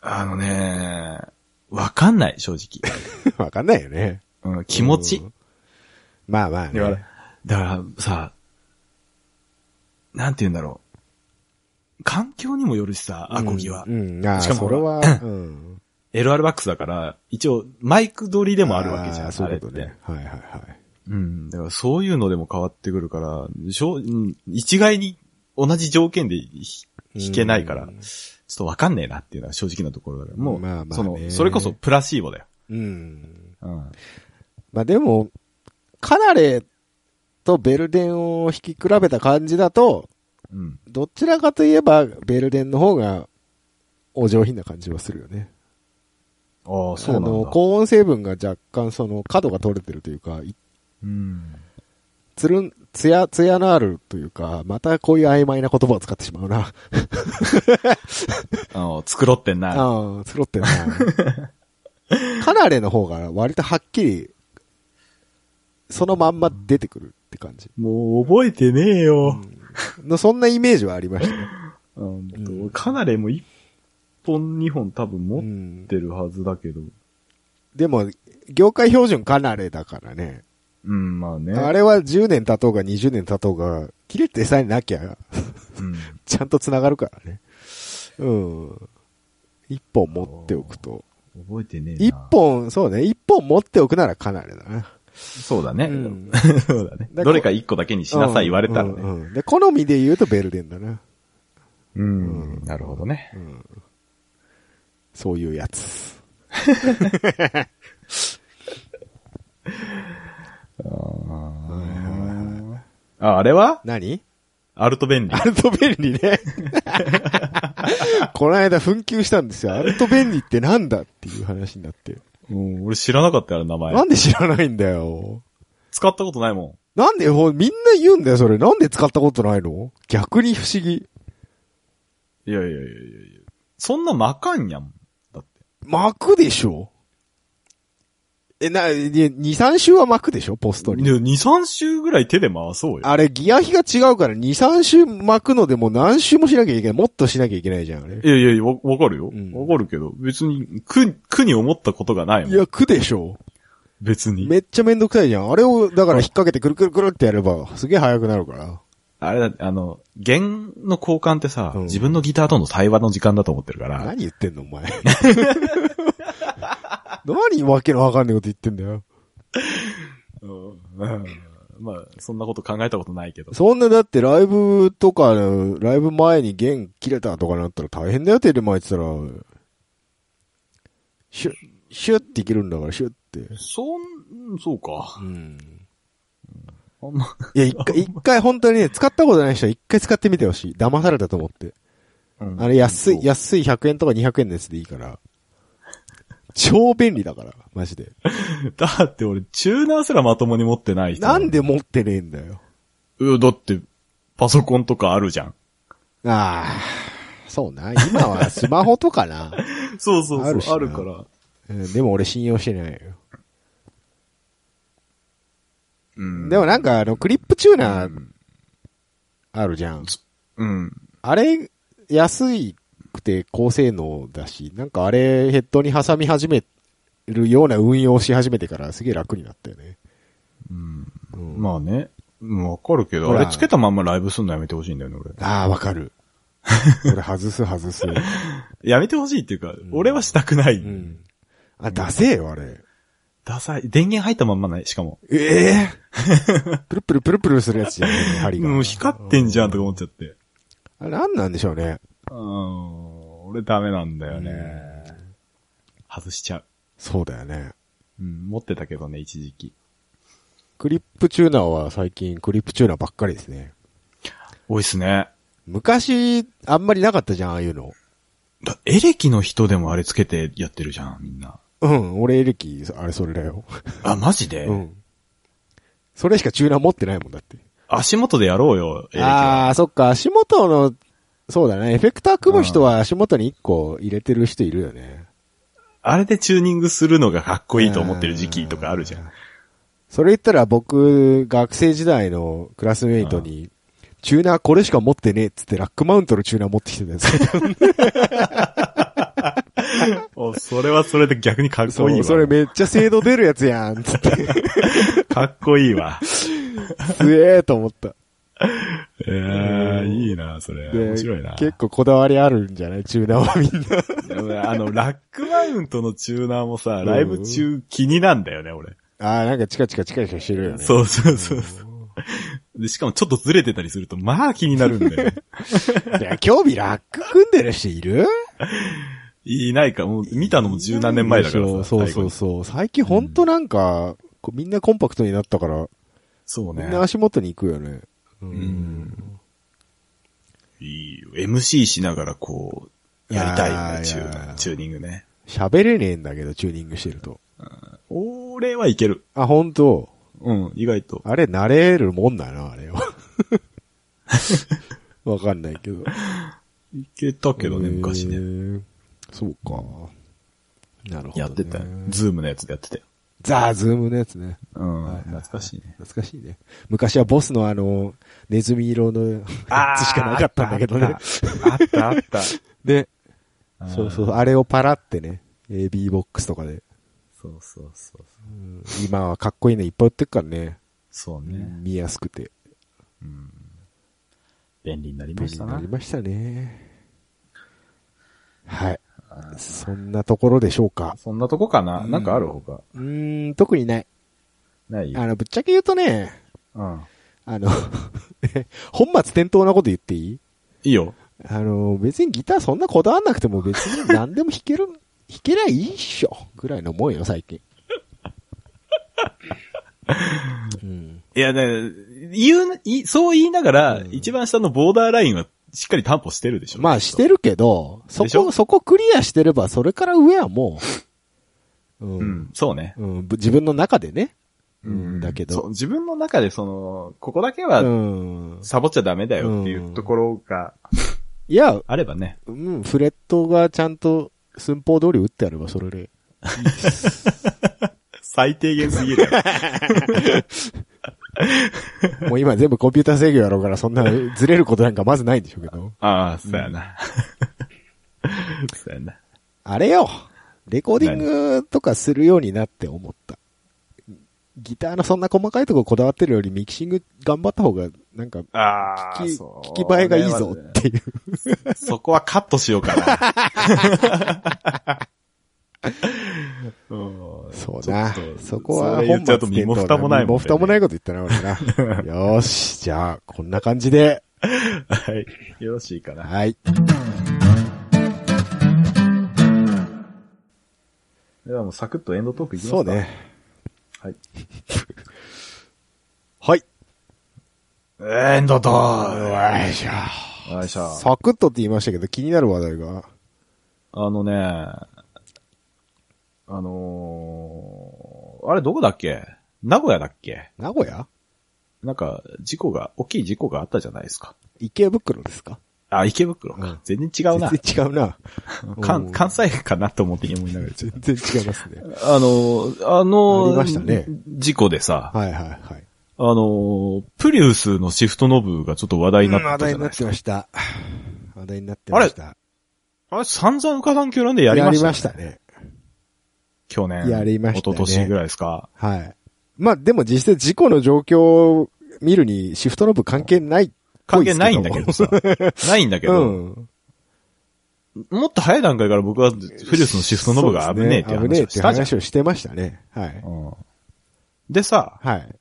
[SPEAKER 1] あのね、わかんない、正直。
[SPEAKER 2] わかんないよね。
[SPEAKER 1] うん、気持ち
[SPEAKER 2] う。んまあまあね。
[SPEAKER 1] だから、だからさ、なんて言うんだろう。環境にもよるしさ、アコギは。
[SPEAKER 2] うん。うんああ、
[SPEAKER 1] しかも
[SPEAKER 2] それ は、うん。
[SPEAKER 1] LR バックスだから、一応マイク取りで
[SPEAKER 2] で
[SPEAKER 1] もあるわけじゃん、
[SPEAKER 2] そういうこと
[SPEAKER 1] あれって
[SPEAKER 2] ね。。はいはいはい。
[SPEAKER 1] うん。だからそういうのでも変わってくるから、しょううん一概に同じ条件でひ弾けないから、
[SPEAKER 2] う
[SPEAKER 1] ちょ
[SPEAKER 2] ん
[SPEAKER 1] っとわかんねえなっていうのは正直なところだから、もう、
[SPEAKER 2] まあまあね
[SPEAKER 1] その、それこそプラシーボだよ。
[SPEAKER 2] うん。
[SPEAKER 1] うん。
[SPEAKER 2] まあでも、カナレとベルデンを引き比べた感じだと、
[SPEAKER 1] うん。
[SPEAKER 2] どちらかといえば、ベルデンの方が、お上品な感じはするよね。
[SPEAKER 1] ああ、そうなん
[SPEAKER 2] あの、
[SPEAKER 1] だ。
[SPEAKER 2] 高音成分が若干その、角が取れてるというか、い
[SPEAKER 1] うん。
[SPEAKER 2] つるん、つや、つやのあるというか、またこういう曖昧な言葉を使ってしまうな。
[SPEAKER 1] あの、繕ってんな。
[SPEAKER 2] ああ、つろってんな。 カナレの方が割とはっきり、そのまんま出てくるって感じ。
[SPEAKER 1] もう覚えてねえよ。
[SPEAKER 2] のそんなイメージはありましたね。
[SPEAKER 1] うん
[SPEAKER 2] うん
[SPEAKER 1] かなりもう一本二本多分
[SPEAKER 2] う
[SPEAKER 1] 持っ
[SPEAKER 2] ん
[SPEAKER 1] てるはずだけど。
[SPEAKER 2] でも、業界標準カナレだからね。
[SPEAKER 1] うん、まあね。
[SPEAKER 2] あれは10年経とうが20年経とうが、切れてさえなきゃ、
[SPEAKER 1] うん。
[SPEAKER 2] ちゃんと繋がるからね。うん。一本持っておくと。
[SPEAKER 1] 覚えてねえな。
[SPEAKER 2] 一本、そうね、一本持っておくならカナレだな。
[SPEAKER 1] そうだね。
[SPEAKER 2] うん
[SPEAKER 1] そうだね。
[SPEAKER 2] だから
[SPEAKER 1] どれか一個だけにしなさい言われたら
[SPEAKER 2] うん
[SPEAKER 1] ね。
[SPEAKER 2] うんうんで、好みで言うとベルデンだな。
[SPEAKER 1] うん。なるほどね。
[SPEAKER 2] そういうやつ。
[SPEAKER 1] あ、あれは
[SPEAKER 2] 何
[SPEAKER 1] アルト便利
[SPEAKER 2] ア。ルト便利ね。この間紛糾したんですよ。アルト便利ってなんだっていう話になって。
[SPEAKER 1] うん、俺知らなかったよ、名前
[SPEAKER 2] な。んで知らないんだよ。
[SPEAKER 1] 使ったことないも
[SPEAKER 2] なんで、ほみんな言うんだよ、それ。なんで使ったことないの逆に不思議。
[SPEAKER 1] ん。いやいやいやいやいやそんなまかんやん。だって。
[SPEAKER 2] 巻くでしょえ、な、2、3週は巻くでしょポストに。
[SPEAKER 1] で2、3週ぐらい手で回そうよ。
[SPEAKER 2] あれ、ギア比が違うから、2、3週巻くのでもう何週もしなきゃいけない。もっとしなきゃいけないじゃん、あれ。
[SPEAKER 1] いやいやいや、わわかるよ。わ
[SPEAKER 2] うん
[SPEAKER 1] かるけど、別に、苦、苦に思ったことがない
[SPEAKER 2] い
[SPEAKER 1] もん。
[SPEAKER 2] や、苦でしょ
[SPEAKER 1] 別に。
[SPEAKER 2] めっちゃめんどくさいじゃん。あれを、だから引っ掛けてくるくるくるってやれば、すげえ速くなるから。
[SPEAKER 1] あれだ、あの、弦の交換ってさ、
[SPEAKER 2] うん
[SPEAKER 1] 自分のギターとの対話の時間だと思ってるから、
[SPEAKER 2] 何言ってんの、お前。 何わけのわかんないこと言ってんだよ。
[SPEAKER 1] うんまあ、そんなこと考えたことないけど。
[SPEAKER 2] そんなだってライブとかの、ライブ前に弦切れたとかなったら大変だよ、手で巻いてたら。シュッ、シュッっていけるんだから、シュッって。
[SPEAKER 1] そん、そうか。
[SPEAKER 2] うん。
[SPEAKER 1] あんま、
[SPEAKER 2] いや、一回、一回本当にね、使ったことない人は一回使ってみてほしい。騙されたと思って。あれ安い、
[SPEAKER 1] や、
[SPEAKER 2] 安い100円とか200円のやつでいいから。超便利だから、マジで。
[SPEAKER 1] だって俺、チューナーすらまともに持ってない人。
[SPEAKER 2] なんで持ってねえんだよ。
[SPEAKER 1] いやだって、パソコンとかあるじゃん。
[SPEAKER 2] ああ、そうな。今はスマホとかな。
[SPEAKER 1] そうそうそう、あ
[SPEAKER 2] ある
[SPEAKER 1] る
[SPEAKER 2] しな
[SPEAKER 1] から。
[SPEAKER 2] うんでも俺信用してないよ。
[SPEAKER 1] うん
[SPEAKER 2] でもなんかあの、クリップチューナー、あるじゃん。
[SPEAKER 1] うん。
[SPEAKER 2] あれ、安いくて高性能だし、なんかあれ、ヘッドに挟み始めるような運用をし始めてからすげえ楽になったよね。
[SPEAKER 1] うん。
[SPEAKER 2] うん
[SPEAKER 1] まあね。うんわかるけど、
[SPEAKER 2] ほ
[SPEAKER 1] あ
[SPEAKER 2] ら
[SPEAKER 1] れつけたまんまライブすんのやめてほしいんだよね、俺。
[SPEAKER 2] ああ、わかる。俺外す外 す。
[SPEAKER 1] やめてほしいっていうか、俺はしたくない。
[SPEAKER 2] うん。あ、ダセえよ、あれ。
[SPEAKER 1] ダサい。電源入ったまんまない、しかも。
[SPEAKER 2] ええプルプルプルプルするやつじゃん、針が。
[SPEAKER 1] もう光ってんじゃんとか思っちゃって。
[SPEAKER 2] あれ、なんなんでしょうね。
[SPEAKER 1] うん。俺ダメなんだよね。外しちゃう。
[SPEAKER 2] そうだよね。
[SPEAKER 1] うん。持ってたけどね、一時期。
[SPEAKER 2] クリップチューナーは最近クリップチューナーばっかりですね。
[SPEAKER 1] 多いっすね。
[SPEAKER 2] 昔、あんまりなかったじゃん、ああいうの。
[SPEAKER 1] だエレキの人でもあれつけてやってるじゃん、みんな。
[SPEAKER 2] うん、俺エレキ、あれそれだよ。
[SPEAKER 1] あ、マジで、
[SPEAKER 2] うん。それしかチューナー持ってないもんだって。
[SPEAKER 1] 足元でやろうよ、エレキは。
[SPEAKER 2] ああ、そっか、足元の、そうだね、エフェクター組む人は足元に一個入れてる人いるよね。
[SPEAKER 1] あれでチューニングするのがかっこいいと思ってる時期とかあるじゃん。。
[SPEAKER 2] それ言ったら僕、学生時代のクラスメイトに、チューナーこれしか持ってねえっつってラックマウントのチューナー持ってきてたやつ。
[SPEAKER 1] おそれはそれで逆にかっ
[SPEAKER 2] そ、
[SPEAKER 1] こいいうわ。
[SPEAKER 2] それめっちゃ精度出るやつやんっつって、
[SPEAKER 1] かっこいい わ。
[SPEAKER 2] すええと思った。
[SPEAKER 1] えー、いいな、それ。
[SPEAKER 2] で
[SPEAKER 1] 面白いな。
[SPEAKER 2] 結構こだわりあるんじゃないチューナーはみんな。
[SPEAKER 1] あの、ラックマウントのチューナーもさ、ライブ中気になんだよね、俺。
[SPEAKER 2] ああ、なんかチカチカチカチカしてるよね。
[SPEAKER 1] そうそうそうそう。で、しかもちょっとずれてたりすると、まあ気になるんだよね。
[SPEAKER 2] いや、興味ラック組んでる人いる
[SPEAKER 1] いないか、もう見たのも十何年前だからさ。
[SPEAKER 2] そうそうそう。最近ほんとなんか、こうみんなコンパクトになったから、
[SPEAKER 1] 最後に。そう
[SPEAKER 2] み
[SPEAKER 1] ね
[SPEAKER 2] ん。な足元に行くよね。
[SPEAKER 1] うん。いいよ。MC しながらこう、やりたいよね、
[SPEAKER 2] い
[SPEAKER 1] チ
[SPEAKER 2] やー
[SPEAKER 1] ューチューニングね。
[SPEAKER 2] 喋れねえんだけど、チューニングしてると。
[SPEAKER 1] 俺はいける。
[SPEAKER 2] あ、ほんと。
[SPEAKER 1] うん、意外と。
[SPEAKER 2] あれ、慣れるもんだな、あ れは。わかんないけど。
[SPEAKER 1] いけたけどね、昔
[SPEAKER 2] へ
[SPEAKER 1] ね。
[SPEAKER 2] ーそうか。なるほど、ね。
[SPEAKER 1] やってたよ。ズームのやつでやってたよ。
[SPEAKER 2] ザーズームのやつね。
[SPEAKER 1] うん、
[SPEAKER 2] はい
[SPEAKER 1] 懐かしいね。
[SPEAKER 2] 懐かしいね。昔はボスのあの、ネズミ色のやつしかなかったんだけどね。
[SPEAKER 1] あったあった。
[SPEAKER 2] で、
[SPEAKER 1] あー
[SPEAKER 2] そうそう、あれをパラってね、AB ボックスとかで。
[SPEAKER 1] そうそうそう。
[SPEAKER 2] うん今はかっこいいのいっぱい売ってるからね。
[SPEAKER 1] そうね。
[SPEAKER 2] 見やすくて。
[SPEAKER 1] 便利になり
[SPEAKER 2] 便
[SPEAKER 1] まし
[SPEAKER 2] 利
[SPEAKER 1] た
[SPEAKER 2] にな
[SPEAKER 1] な
[SPEAKER 2] り。ましたね。はい。そんなところでしょうか。
[SPEAKER 1] そんなとこかな、
[SPEAKER 2] うん
[SPEAKER 1] なんかあるほか。
[SPEAKER 2] うーん、特にない。
[SPEAKER 1] ないうん。
[SPEAKER 2] あの、ぶっちゃけ言うとね、あの、 本末転倒なこと言っていい
[SPEAKER 1] いいよ。
[SPEAKER 2] あの、別にギターそんなこだわんなくても別に何でも弾け る、弾けりゃいいっしょ、ぐらいのもんよ、最 近。うん。
[SPEAKER 1] いや、ね、言うな、いそう言いながら、一番下のボーダーラインはしっかり担保してるでしょ。
[SPEAKER 2] まあしてるけど、そ
[SPEAKER 1] でしょ
[SPEAKER 2] こ、そこクリアしてれば、それから上はもう、う、
[SPEAKER 1] うんん、そうね。
[SPEAKER 2] うん、ぶ自分の中でね。
[SPEAKER 1] うん
[SPEAKER 2] だけ
[SPEAKER 1] そう
[SPEAKER 2] ど。
[SPEAKER 1] 自分の中でその、ここだけ
[SPEAKER 2] う
[SPEAKER 1] は
[SPEAKER 2] ん。
[SPEAKER 1] サボっちゃダメだよっていうところが
[SPEAKER 2] いや、
[SPEAKER 1] あればね。
[SPEAKER 2] うん、フレットがちゃんと寸法通り打ってあればそれで。
[SPEAKER 1] 最低限すぎる。
[SPEAKER 2] もう今全部コンピューター制御やろうから、そんなずれることなんかまずないんでしょうけど。
[SPEAKER 1] ああ、そうやな。 そうやな。
[SPEAKER 2] あれよレコーディングとかするようになって思った。ギターのそんな細かいとここだわってるよりミキシング頑張った方が、なんか、
[SPEAKER 1] ああ、
[SPEAKER 2] 聞き
[SPEAKER 1] そう
[SPEAKER 2] 聞き映えがいいぞっていう。
[SPEAKER 1] そこはカットしようかな。 うん
[SPEAKER 2] そうな
[SPEAKER 1] ちょっ。と
[SPEAKER 2] そこは
[SPEAKER 1] それ
[SPEAKER 2] 本
[SPEAKER 1] 言っ
[SPEAKER 2] 末
[SPEAKER 1] ちゃうと身も蓋もないもんね
[SPEAKER 2] 身も蓋もないこと言ったな、俺 な。よーし、じゃあ、こんな感じで。
[SPEAKER 1] はい。よろしいかな。
[SPEAKER 2] はい。
[SPEAKER 1] ではもうサクッとエンドトークいきますか。
[SPEAKER 2] そう。ね。
[SPEAKER 1] はい。
[SPEAKER 2] はい。
[SPEAKER 1] エンドトー
[SPEAKER 2] よいし
[SPEAKER 1] クよいしょ
[SPEAKER 2] ょ。サクッとって言いましたけど、気になる話題が。
[SPEAKER 1] あのね、あのー、あれどこだっけ名古屋だっけ
[SPEAKER 2] 名古屋
[SPEAKER 1] なんか、事故が、大きい事故があったじゃないですか。
[SPEAKER 2] 池袋ですか
[SPEAKER 1] あ、池袋か。
[SPEAKER 2] うん
[SPEAKER 1] 全然違うな。
[SPEAKER 2] 全然違うな。
[SPEAKER 1] 関関西かなと思って思いながら。
[SPEAKER 2] 全然違いますね。
[SPEAKER 1] あの、あの、
[SPEAKER 2] ありましたね
[SPEAKER 1] 事故でさ、
[SPEAKER 2] はいはいはい。
[SPEAKER 1] あの、プリウスのシフトノブがちょっと話題にな
[SPEAKER 2] うん
[SPEAKER 1] った
[SPEAKER 2] 話
[SPEAKER 1] じ
[SPEAKER 2] 題
[SPEAKER 1] ゃ
[SPEAKER 2] に
[SPEAKER 1] な
[SPEAKER 2] ないっ
[SPEAKER 1] です
[SPEAKER 2] て
[SPEAKER 1] か。
[SPEAKER 2] ました。話題になってました。
[SPEAKER 1] あれ散々うかさんきょらんでやりました、ね。
[SPEAKER 2] ね。
[SPEAKER 1] 去年。
[SPEAKER 2] やりましたね
[SPEAKER 1] 一昨年ぐらいですか。
[SPEAKER 2] はい。まあでも実際事故の状況を見るにシフトノブ関係ないっ
[SPEAKER 1] 関
[SPEAKER 2] ぽいで
[SPEAKER 1] 係
[SPEAKER 2] す
[SPEAKER 1] ないんだけ どさ。ないんだけ
[SPEAKER 2] う
[SPEAKER 1] ど、
[SPEAKER 2] ん。
[SPEAKER 1] もっと早い段階から僕はフリュスのシフトノブが危ねえっていう
[SPEAKER 2] そうですね危ね
[SPEAKER 1] 話をしてたじゃ
[SPEAKER 2] えっ
[SPEAKER 1] ん。
[SPEAKER 2] 話をしてましたね。はい。
[SPEAKER 1] うんでさ、
[SPEAKER 2] はい。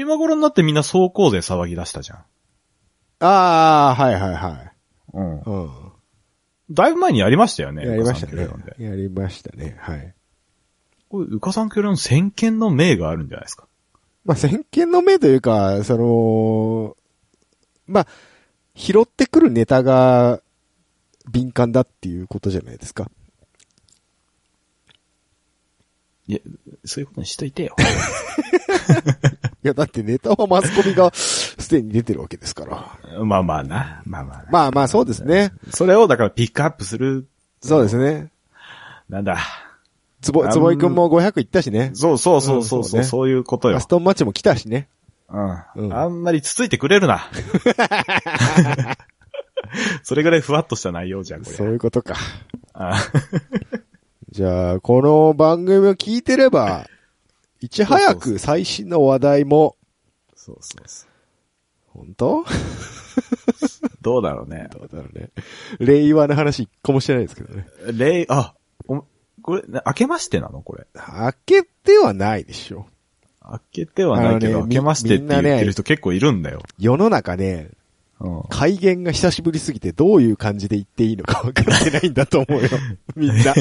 [SPEAKER 1] 今頃になってみんな走行税騒ぎ出したじゃん。
[SPEAKER 2] ああ、はいはいはい。
[SPEAKER 1] うん。
[SPEAKER 2] う
[SPEAKER 1] だいぶ前にやりましたよね。
[SPEAKER 2] ん。やりました
[SPEAKER 1] うか
[SPEAKER 2] ね
[SPEAKER 1] さん教練で。
[SPEAKER 2] やりましたね。はい。
[SPEAKER 1] これ、うかさん教練の先見の明があるんじゃないですか。
[SPEAKER 2] まあ、先見の明というか、その、まあ、拾ってくるネタが敏感だっていうことじゃないですか。
[SPEAKER 1] いや、そういうことにしといてよ。
[SPEAKER 2] いや、だってネタはマスコミがすでに出てるわけですか ら。
[SPEAKER 1] まあまあな。まあまあな。
[SPEAKER 2] まあまあ、そうですね。
[SPEAKER 1] それをだからピックアップする、
[SPEAKER 2] そうですね。
[SPEAKER 1] なんだ。
[SPEAKER 2] つぼ、つぼいくんも500行ったしね。
[SPEAKER 1] そうそうそうそうそう、
[SPEAKER 2] うんそうね
[SPEAKER 1] そういうことよ
[SPEAKER 2] アス。トンマッチも来たしね。
[SPEAKER 1] う。
[SPEAKER 2] うんん
[SPEAKER 1] あんまりつついてくれる な。それぐらいふわっとした内容じゃん、こ
[SPEAKER 2] そうい
[SPEAKER 1] れ。
[SPEAKER 2] うことか。
[SPEAKER 1] あ
[SPEAKER 2] じゃあ、この番組を聞いてれ ば、いち早く最新の話題も、
[SPEAKER 1] そうそうそう。
[SPEAKER 2] 本当
[SPEAKER 1] どうだろうね。
[SPEAKER 2] どうだろうね。令和の話一個もしてないですけどね。
[SPEAKER 1] レイ、あ、おこれ、な明けましてなのこれ。
[SPEAKER 2] 開けてはないでしょ。
[SPEAKER 1] 明けてはないけ
[SPEAKER 2] あ
[SPEAKER 1] ど、
[SPEAKER 2] の
[SPEAKER 1] 明
[SPEAKER 2] ね
[SPEAKER 1] けましてって言ってる人結構いるんだよ。
[SPEAKER 2] 世の中ね、
[SPEAKER 1] うん。
[SPEAKER 2] 改元が久しぶりすぎてどういう感じで言っていいのか分かってないんだと思うよ。みん な。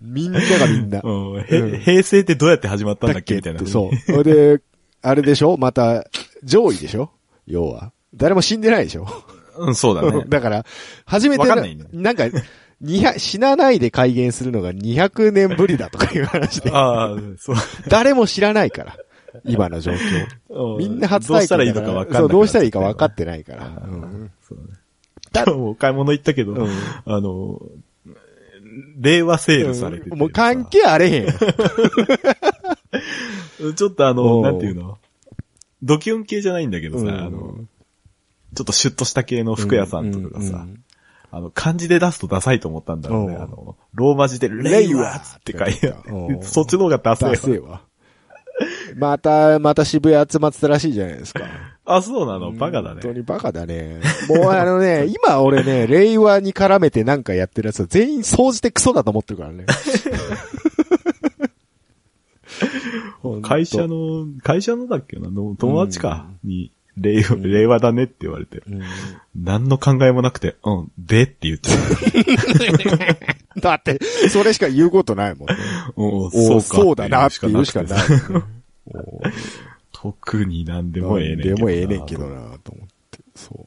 [SPEAKER 2] みんながみんな。
[SPEAKER 1] うん、
[SPEAKER 2] うん
[SPEAKER 1] へ平成ってどうやって始まったんだっけみたい
[SPEAKER 2] っ
[SPEAKER 1] な。
[SPEAKER 2] てそう。 それで、あれでしょまた、上位でしょ要は。誰も死んでないでしょ。
[SPEAKER 1] うん、そうだね
[SPEAKER 2] だから、初め
[SPEAKER 1] わ
[SPEAKER 2] てな、
[SPEAKER 1] かんないね
[SPEAKER 2] なんか、200死なないで改元するのが200年ぶりだと かいう 話で。
[SPEAKER 1] ああ、そう。
[SPEAKER 2] 誰も知らないから。今の状況。 みんな初
[SPEAKER 1] どう
[SPEAKER 2] 体験だら
[SPEAKER 1] したらいいのか分かんない。
[SPEAKER 2] そう、どうしたらいいか分かってないから。うん
[SPEAKER 1] そうね。
[SPEAKER 2] だ
[SPEAKER 1] 今日 もお買い物行ったけど、
[SPEAKER 2] うん
[SPEAKER 1] あの、令和セールされてて、
[SPEAKER 2] もう関係あれへん よ。
[SPEAKER 1] ちょっとあ
[SPEAKER 2] お
[SPEAKER 1] の、
[SPEAKER 2] う
[SPEAKER 1] なんていうのドキュン系じゃないんだけどさ、
[SPEAKER 2] うん
[SPEAKER 1] あの、ちょっとシュッとした系の服屋さんとかがさ、
[SPEAKER 2] うん
[SPEAKER 1] あの、漢字で出すとダサいと思ったんだろうね。
[SPEAKER 2] おう
[SPEAKER 1] あの、ローマ字でレイワーって書いてあって
[SPEAKER 2] おう
[SPEAKER 1] そっちの方がダサ
[SPEAKER 2] ダ
[SPEAKER 1] い
[SPEAKER 2] セえ
[SPEAKER 1] よ。
[SPEAKER 2] わ。また、また渋谷集まってたらしいじゃないですか。
[SPEAKER 1] あ、そうなの、バカだ
[SPEAKER 2] 本当
[SPEAKER 1] ね。
[SPEAKER 2] にバカだね。もうあの ね、今俺ね、令和に絡めてなんかやってるやつは全員総じてクソだと思ってるか らね。本当
[SPEAKER 1] 会社の、会社のだっけな、の友達か、に、令和、令和だねって言われて、
[SPEAKER 2] うん
[SPEAKER 1] 何の考えもなくて、うん、でって言って
[SPEAKER 2] だって、それしか言うことないもんね。
[SPEAKER 1] た。おう
[SPEAKER 2] お
[SPEAKER 1] そううか。
[SPEAKER 2] そうだなっていうしかない。おう
[SPEAKER 1] 特になん でもええねんけ
[SPEAKER 2] で
[SPEAKER 1] ど。
[SPEAKER 2] もええねんけど。なと思って。そ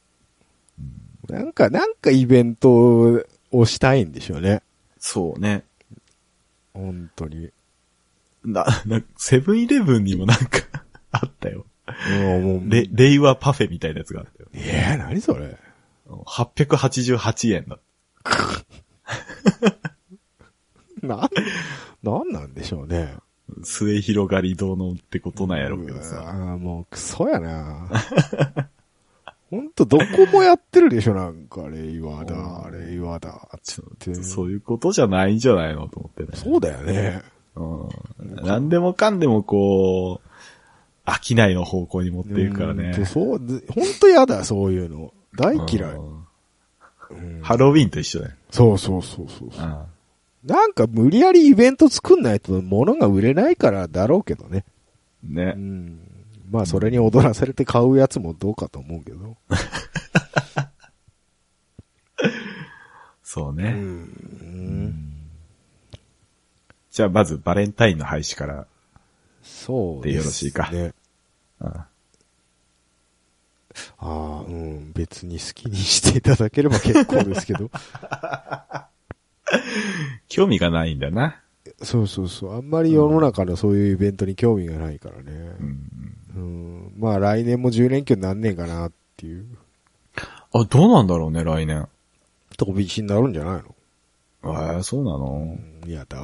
[SPEAKER 2] う。なんか、なんかイベントをしたいんでしょうね。
[SPEAKER 1] そうね。
[SPEAKER 2] 本当 に。
[SPEAKER 1] な、な、セブンイレブンにもなんか、 あったよ。
[SPEAKER 2] もう
[SPEAKER 1] れ、令和パフェみたいなやつがあったよ。
[SPEAKER 2] えー、何それ。
[SPEAKER 1] 888円だ。
[SPEAKER 2] なん、なんなんでしょうね。
[SPEAKER 1] 末広がり堂のってことなんやろうけど
[SPEAKER 2] うわ
[SPEAKER 1] さ。
[SPEAKER 2] ーもうクソやなほんと、どこもやってるでしょ、なんか、令和だ、令和だ、つって。そ
[SPEAKER 1] そういうことじゃないんじゃないのと思ってね。
[SPEAKER 2] うだよね。
[SPEAKER 1] うん。何でもかんでもこう、飽きないの方向に持っていくからね
[SPEAKER 2] ほん。とそう、ずほんとやだ、そういうの。大嫌い。
[SPEAKER 1] うん
[SPEAKER 2] うん
[SPEAKER 1] ハロウィンと一緒だよ。
[SPEAKER 2] そうそうそうそう
[SPEAKER 1] う
[SPEAKER 2] そう。
[SPEAKER 1] ん。
[SPEAKER 2] なんか無理やりイベント作んないと物が売れないからだろうけどね。う
[SPEAKER 1] ね。
[SPEAKER 2] ん。まあそれに踊らされて買うやつもどうかと思うけど。
[SPEAKER 1] そう
[SPEAKER 2] う
[SPEAKER 1] ね。
[SPEAKER 2] ん。
[SPEAKER 1] じゃあまずバレンタインの廃止から。
[SPEAKER 2] そう
[SPEAKER 1] でよろしいか
[SPEAKER 2] ね。
[SPEAKER 1] うん
[SPEAKER 2] ああ、うん。別に好きにしていただければ結構です けど。
[SPEAKER 1] 興味がないんだな。
[SPEAKER 2] そうそうそう。あんまり世の中のそういうイベントに興味がないからね
[SPEAKER 1] う。ん。
[SPEAKER 2] うん。まあ来年も10連休になんねえかなっていう。
[SPEAKER 1] あ、どうなんだろうね、来年。
[SPEAKER 2] 飛び石になるんじゃないの
[SPEAKER 1] えー、そうなの
[SPEAKER 2] うんやだ。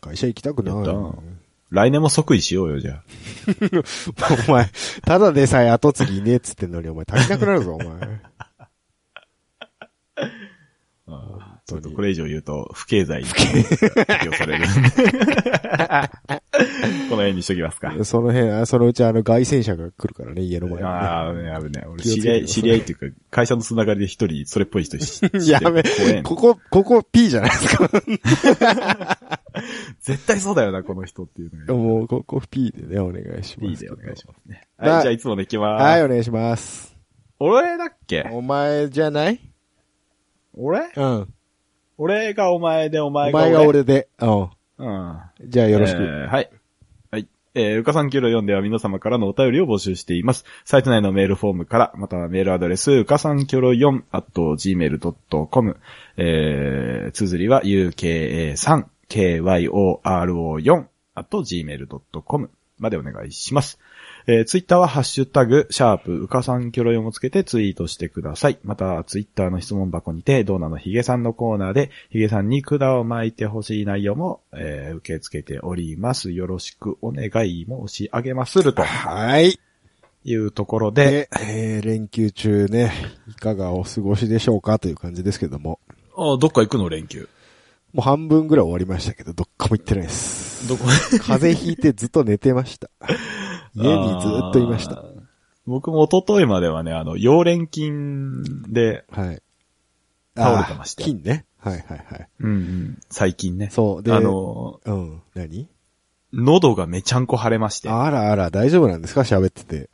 [SPEAKER 2] 会社行きたくない。
[SPEAKER 1] やだ来年も即位しようよ、じゃあ。
[SPEAKER 2] お前、ただでさえ後継ぎいねえっつってんのに、お前足りなくなるぞ、お前。
[SPEAKER 1] あー ち
[SPEAKER 2] 当に
[SPEAKER 1] ょっとこれ以上言うと、不経済に適用される。の辺にしときますか。
[SPEAKER 2] その辺、あそのうちあの外戦車が来るからね、家の前にね、
[SPEAKER 1] ああ、危ない危ない。俺
[SPEAKER 2] 気を
[SPEAKER 1] 知
[SPEAKER 2] つけ
[SPEAKER 1] り合
[SPEAKER 2] て
[SPEAKER 1] い、知り合いっていうか、会社のつながりで一人、それっぽい人知
[SPEAKER 2] やべ
[SPEAKER 1] 知ってる公
[SPEAKER 2] ここ、ここ P じゃないですか。
[SPEAKER 1] 園絶対そうだよな、この人っていうのが。
[SPEAKER 2] もう、ここ P でね、お願いします。
[SPEAKER 1] いいでお願いしますね。
[SPEAKER 2] ま
[SPEAKER 1] は
[SPEAKER 2] あ
[SPEAKER 1] い、じゃあいつもの行きまーす。
[SPEAKER 2] はい、お願いします。
[SPEAKER 1] 俺だっけ
[SPEAKER 2] お前じゃない
[SPEAKER 1] 俺
[SPEAKER 2] うん。お
[SPEAKER 1] 俺がお前でお前
[SPEAKER 2] 前
[SPEAKER 1] が俺。
[SPEAKER 2] が。俺で。うん。
[SPEAKER 1] うん。
[SPEAKER 2] じゃあよろしく。
[SPEAKER 1] えーはい。はい。えー、うかさんきゅうろ4では皆様からのお便りを募集しています。サイト内のメールフォームから、またはメールアドレス、うかさんきゅうろ4 at gmail.com。えー、綴りは uka3 kyor4 at gmail.com までお願いします。えー、ツイッターはハッシュタグ、シャープ、うかさんきょろよんをつけてツイートしてください。また、ツイッターの質問箱にて、ドーナのヒゲさんのコーナーで、ヒゲさんに管を巻いてほしい内容も、えー受け付けております。よろしくお願い申し上げますると
[SPEAKER 2] はい。
[SPEAKER 1] いうところで、
[SPEAKER 2] で、えー連休中ね、いかがお過ごしでしょうかという感じですけども。
[SPEAKER 1] あどっか行くの連休。
[SPEAKER 2] もう半分ぐらい終わりましたけど、どっかも行ってないです。
[SPEAKER 1] どこ
[SPEAKER 2] 風邪ひいてずっと寝て ました。家にずっといまし
[SPEAKER 1] あ
[SPEAKER 2] た。
[SPEAKER 1] ー。僕も一昨日まではね、あの、溶連菌で、
[SPEAKER 2] はい。
[SPEAKER 1] 倒れてました
[SPEAKER 2] あー金ね。はいはいはい。
[SPEAKER 1] うんうん、最近ね。
[SPEAKER 2] そう。で、
[SPEAKER 1] あの、
[SPEAKER 2] うん。何
[SPEAKER 1] 喉がめちゃんこ腫れまして。
[SPEAKER 2] あらあら、大丈夫なんですか喋ってて。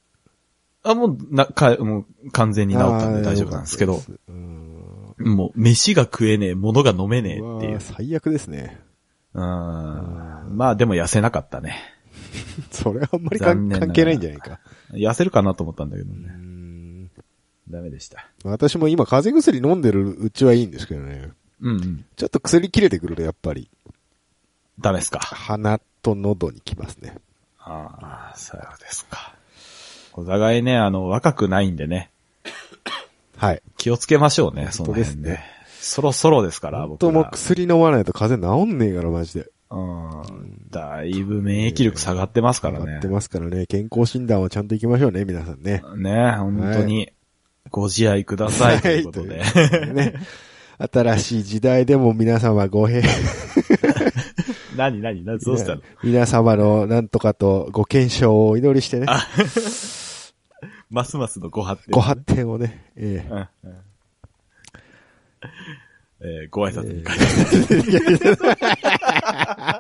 [SPEAKER 1] あ、もう、な、か、もう、完全に治ったんで大丈夫なんですけ
[SPEAKER 2] あ
[SPEAKER 1] ど
[SPEAKER 2] ー、。よかったうん
[SPEAKER 1] もう、飯が食えねえ、物が飲めねえ
[SPEAKER 2] うわ
[SPEAKER 1] っ
[SPEAKER 2] ー
[SPEAKER 1] ていう。
[SPEAKER 2] 最悪ですね。
[SPEAKER 1] う
[SPEAKER 2] わ
[SPEAKER 1] ん。まあ、でも痩せなかったね。
[SPEAKER 2] それはあんまりか
[SPEAKER 1] 残念
[SPEAKER 2] ん
[SPEAKER 1] ながら
[SPEAKER 2] 関係ないんじゃないか。
[SPEAKER 1] 痩せるかなと思ったんだけど
[SPEAKER 2] う
[SPEAKER 1] ね。
[SPEAKER 2] ん
[SPEAKER 1] ダメでした。
[SPEAKER 2] 私も今風邪薬飲んでるうちはいいんですけどね。
[SPEAKER 1] うんうん。
[SPEAKER 2] ちょっと薬切れてくるとやっぱり
[SPEAKER 1] ダメですか。
[SPEAKER 2] 鼻と喉にきますね。
[SPEAKER 1] ああ、そうですか。お互いね、あの、若くないんでね、
[SPEAKER 2] はい。
[SPEAKER 1] 気をつけましょうね、その辺
[SPEAKER 2] 本当
[SPEAKER 1] ね。
[SPEAKER 2] です
[SPEAKER 1] ねそろそろですから、
[SPEAKER 2] 本
[SPEAKER 1] 僕
[SPEAKER 2] 当
[SPEAKER 1] ら。
[SPEAKER 2] もう薬飲まないと風邪治んねえからマジで。
[SPEAKER 1] うん。だいぶ免疫力下がってますから
[SPEAKER 2] 上が
[SPEAKER 1] ね
[SPEAKER 2] って。ますからね。健康診断はちゃんと行きましょうね、皆さんね。
[SPEAKER 1] ね、本当に。ご自愛ください、ということで。
[SPEAKER 2] はいということでね。新しい時代でも皆様ご平
[SPEAKER 1] 何何何どうしたの
[SPEAKER 2] 皆様のなんとかとご健勝をお祈りしてね。
[SPEAKER 1] ますますのご発展。
[SPEAKER 2] ご発展をね。ええ
[SPEAKER 1] うんうんえーご挨拶に変えて
[SPEAKER 2] いやいや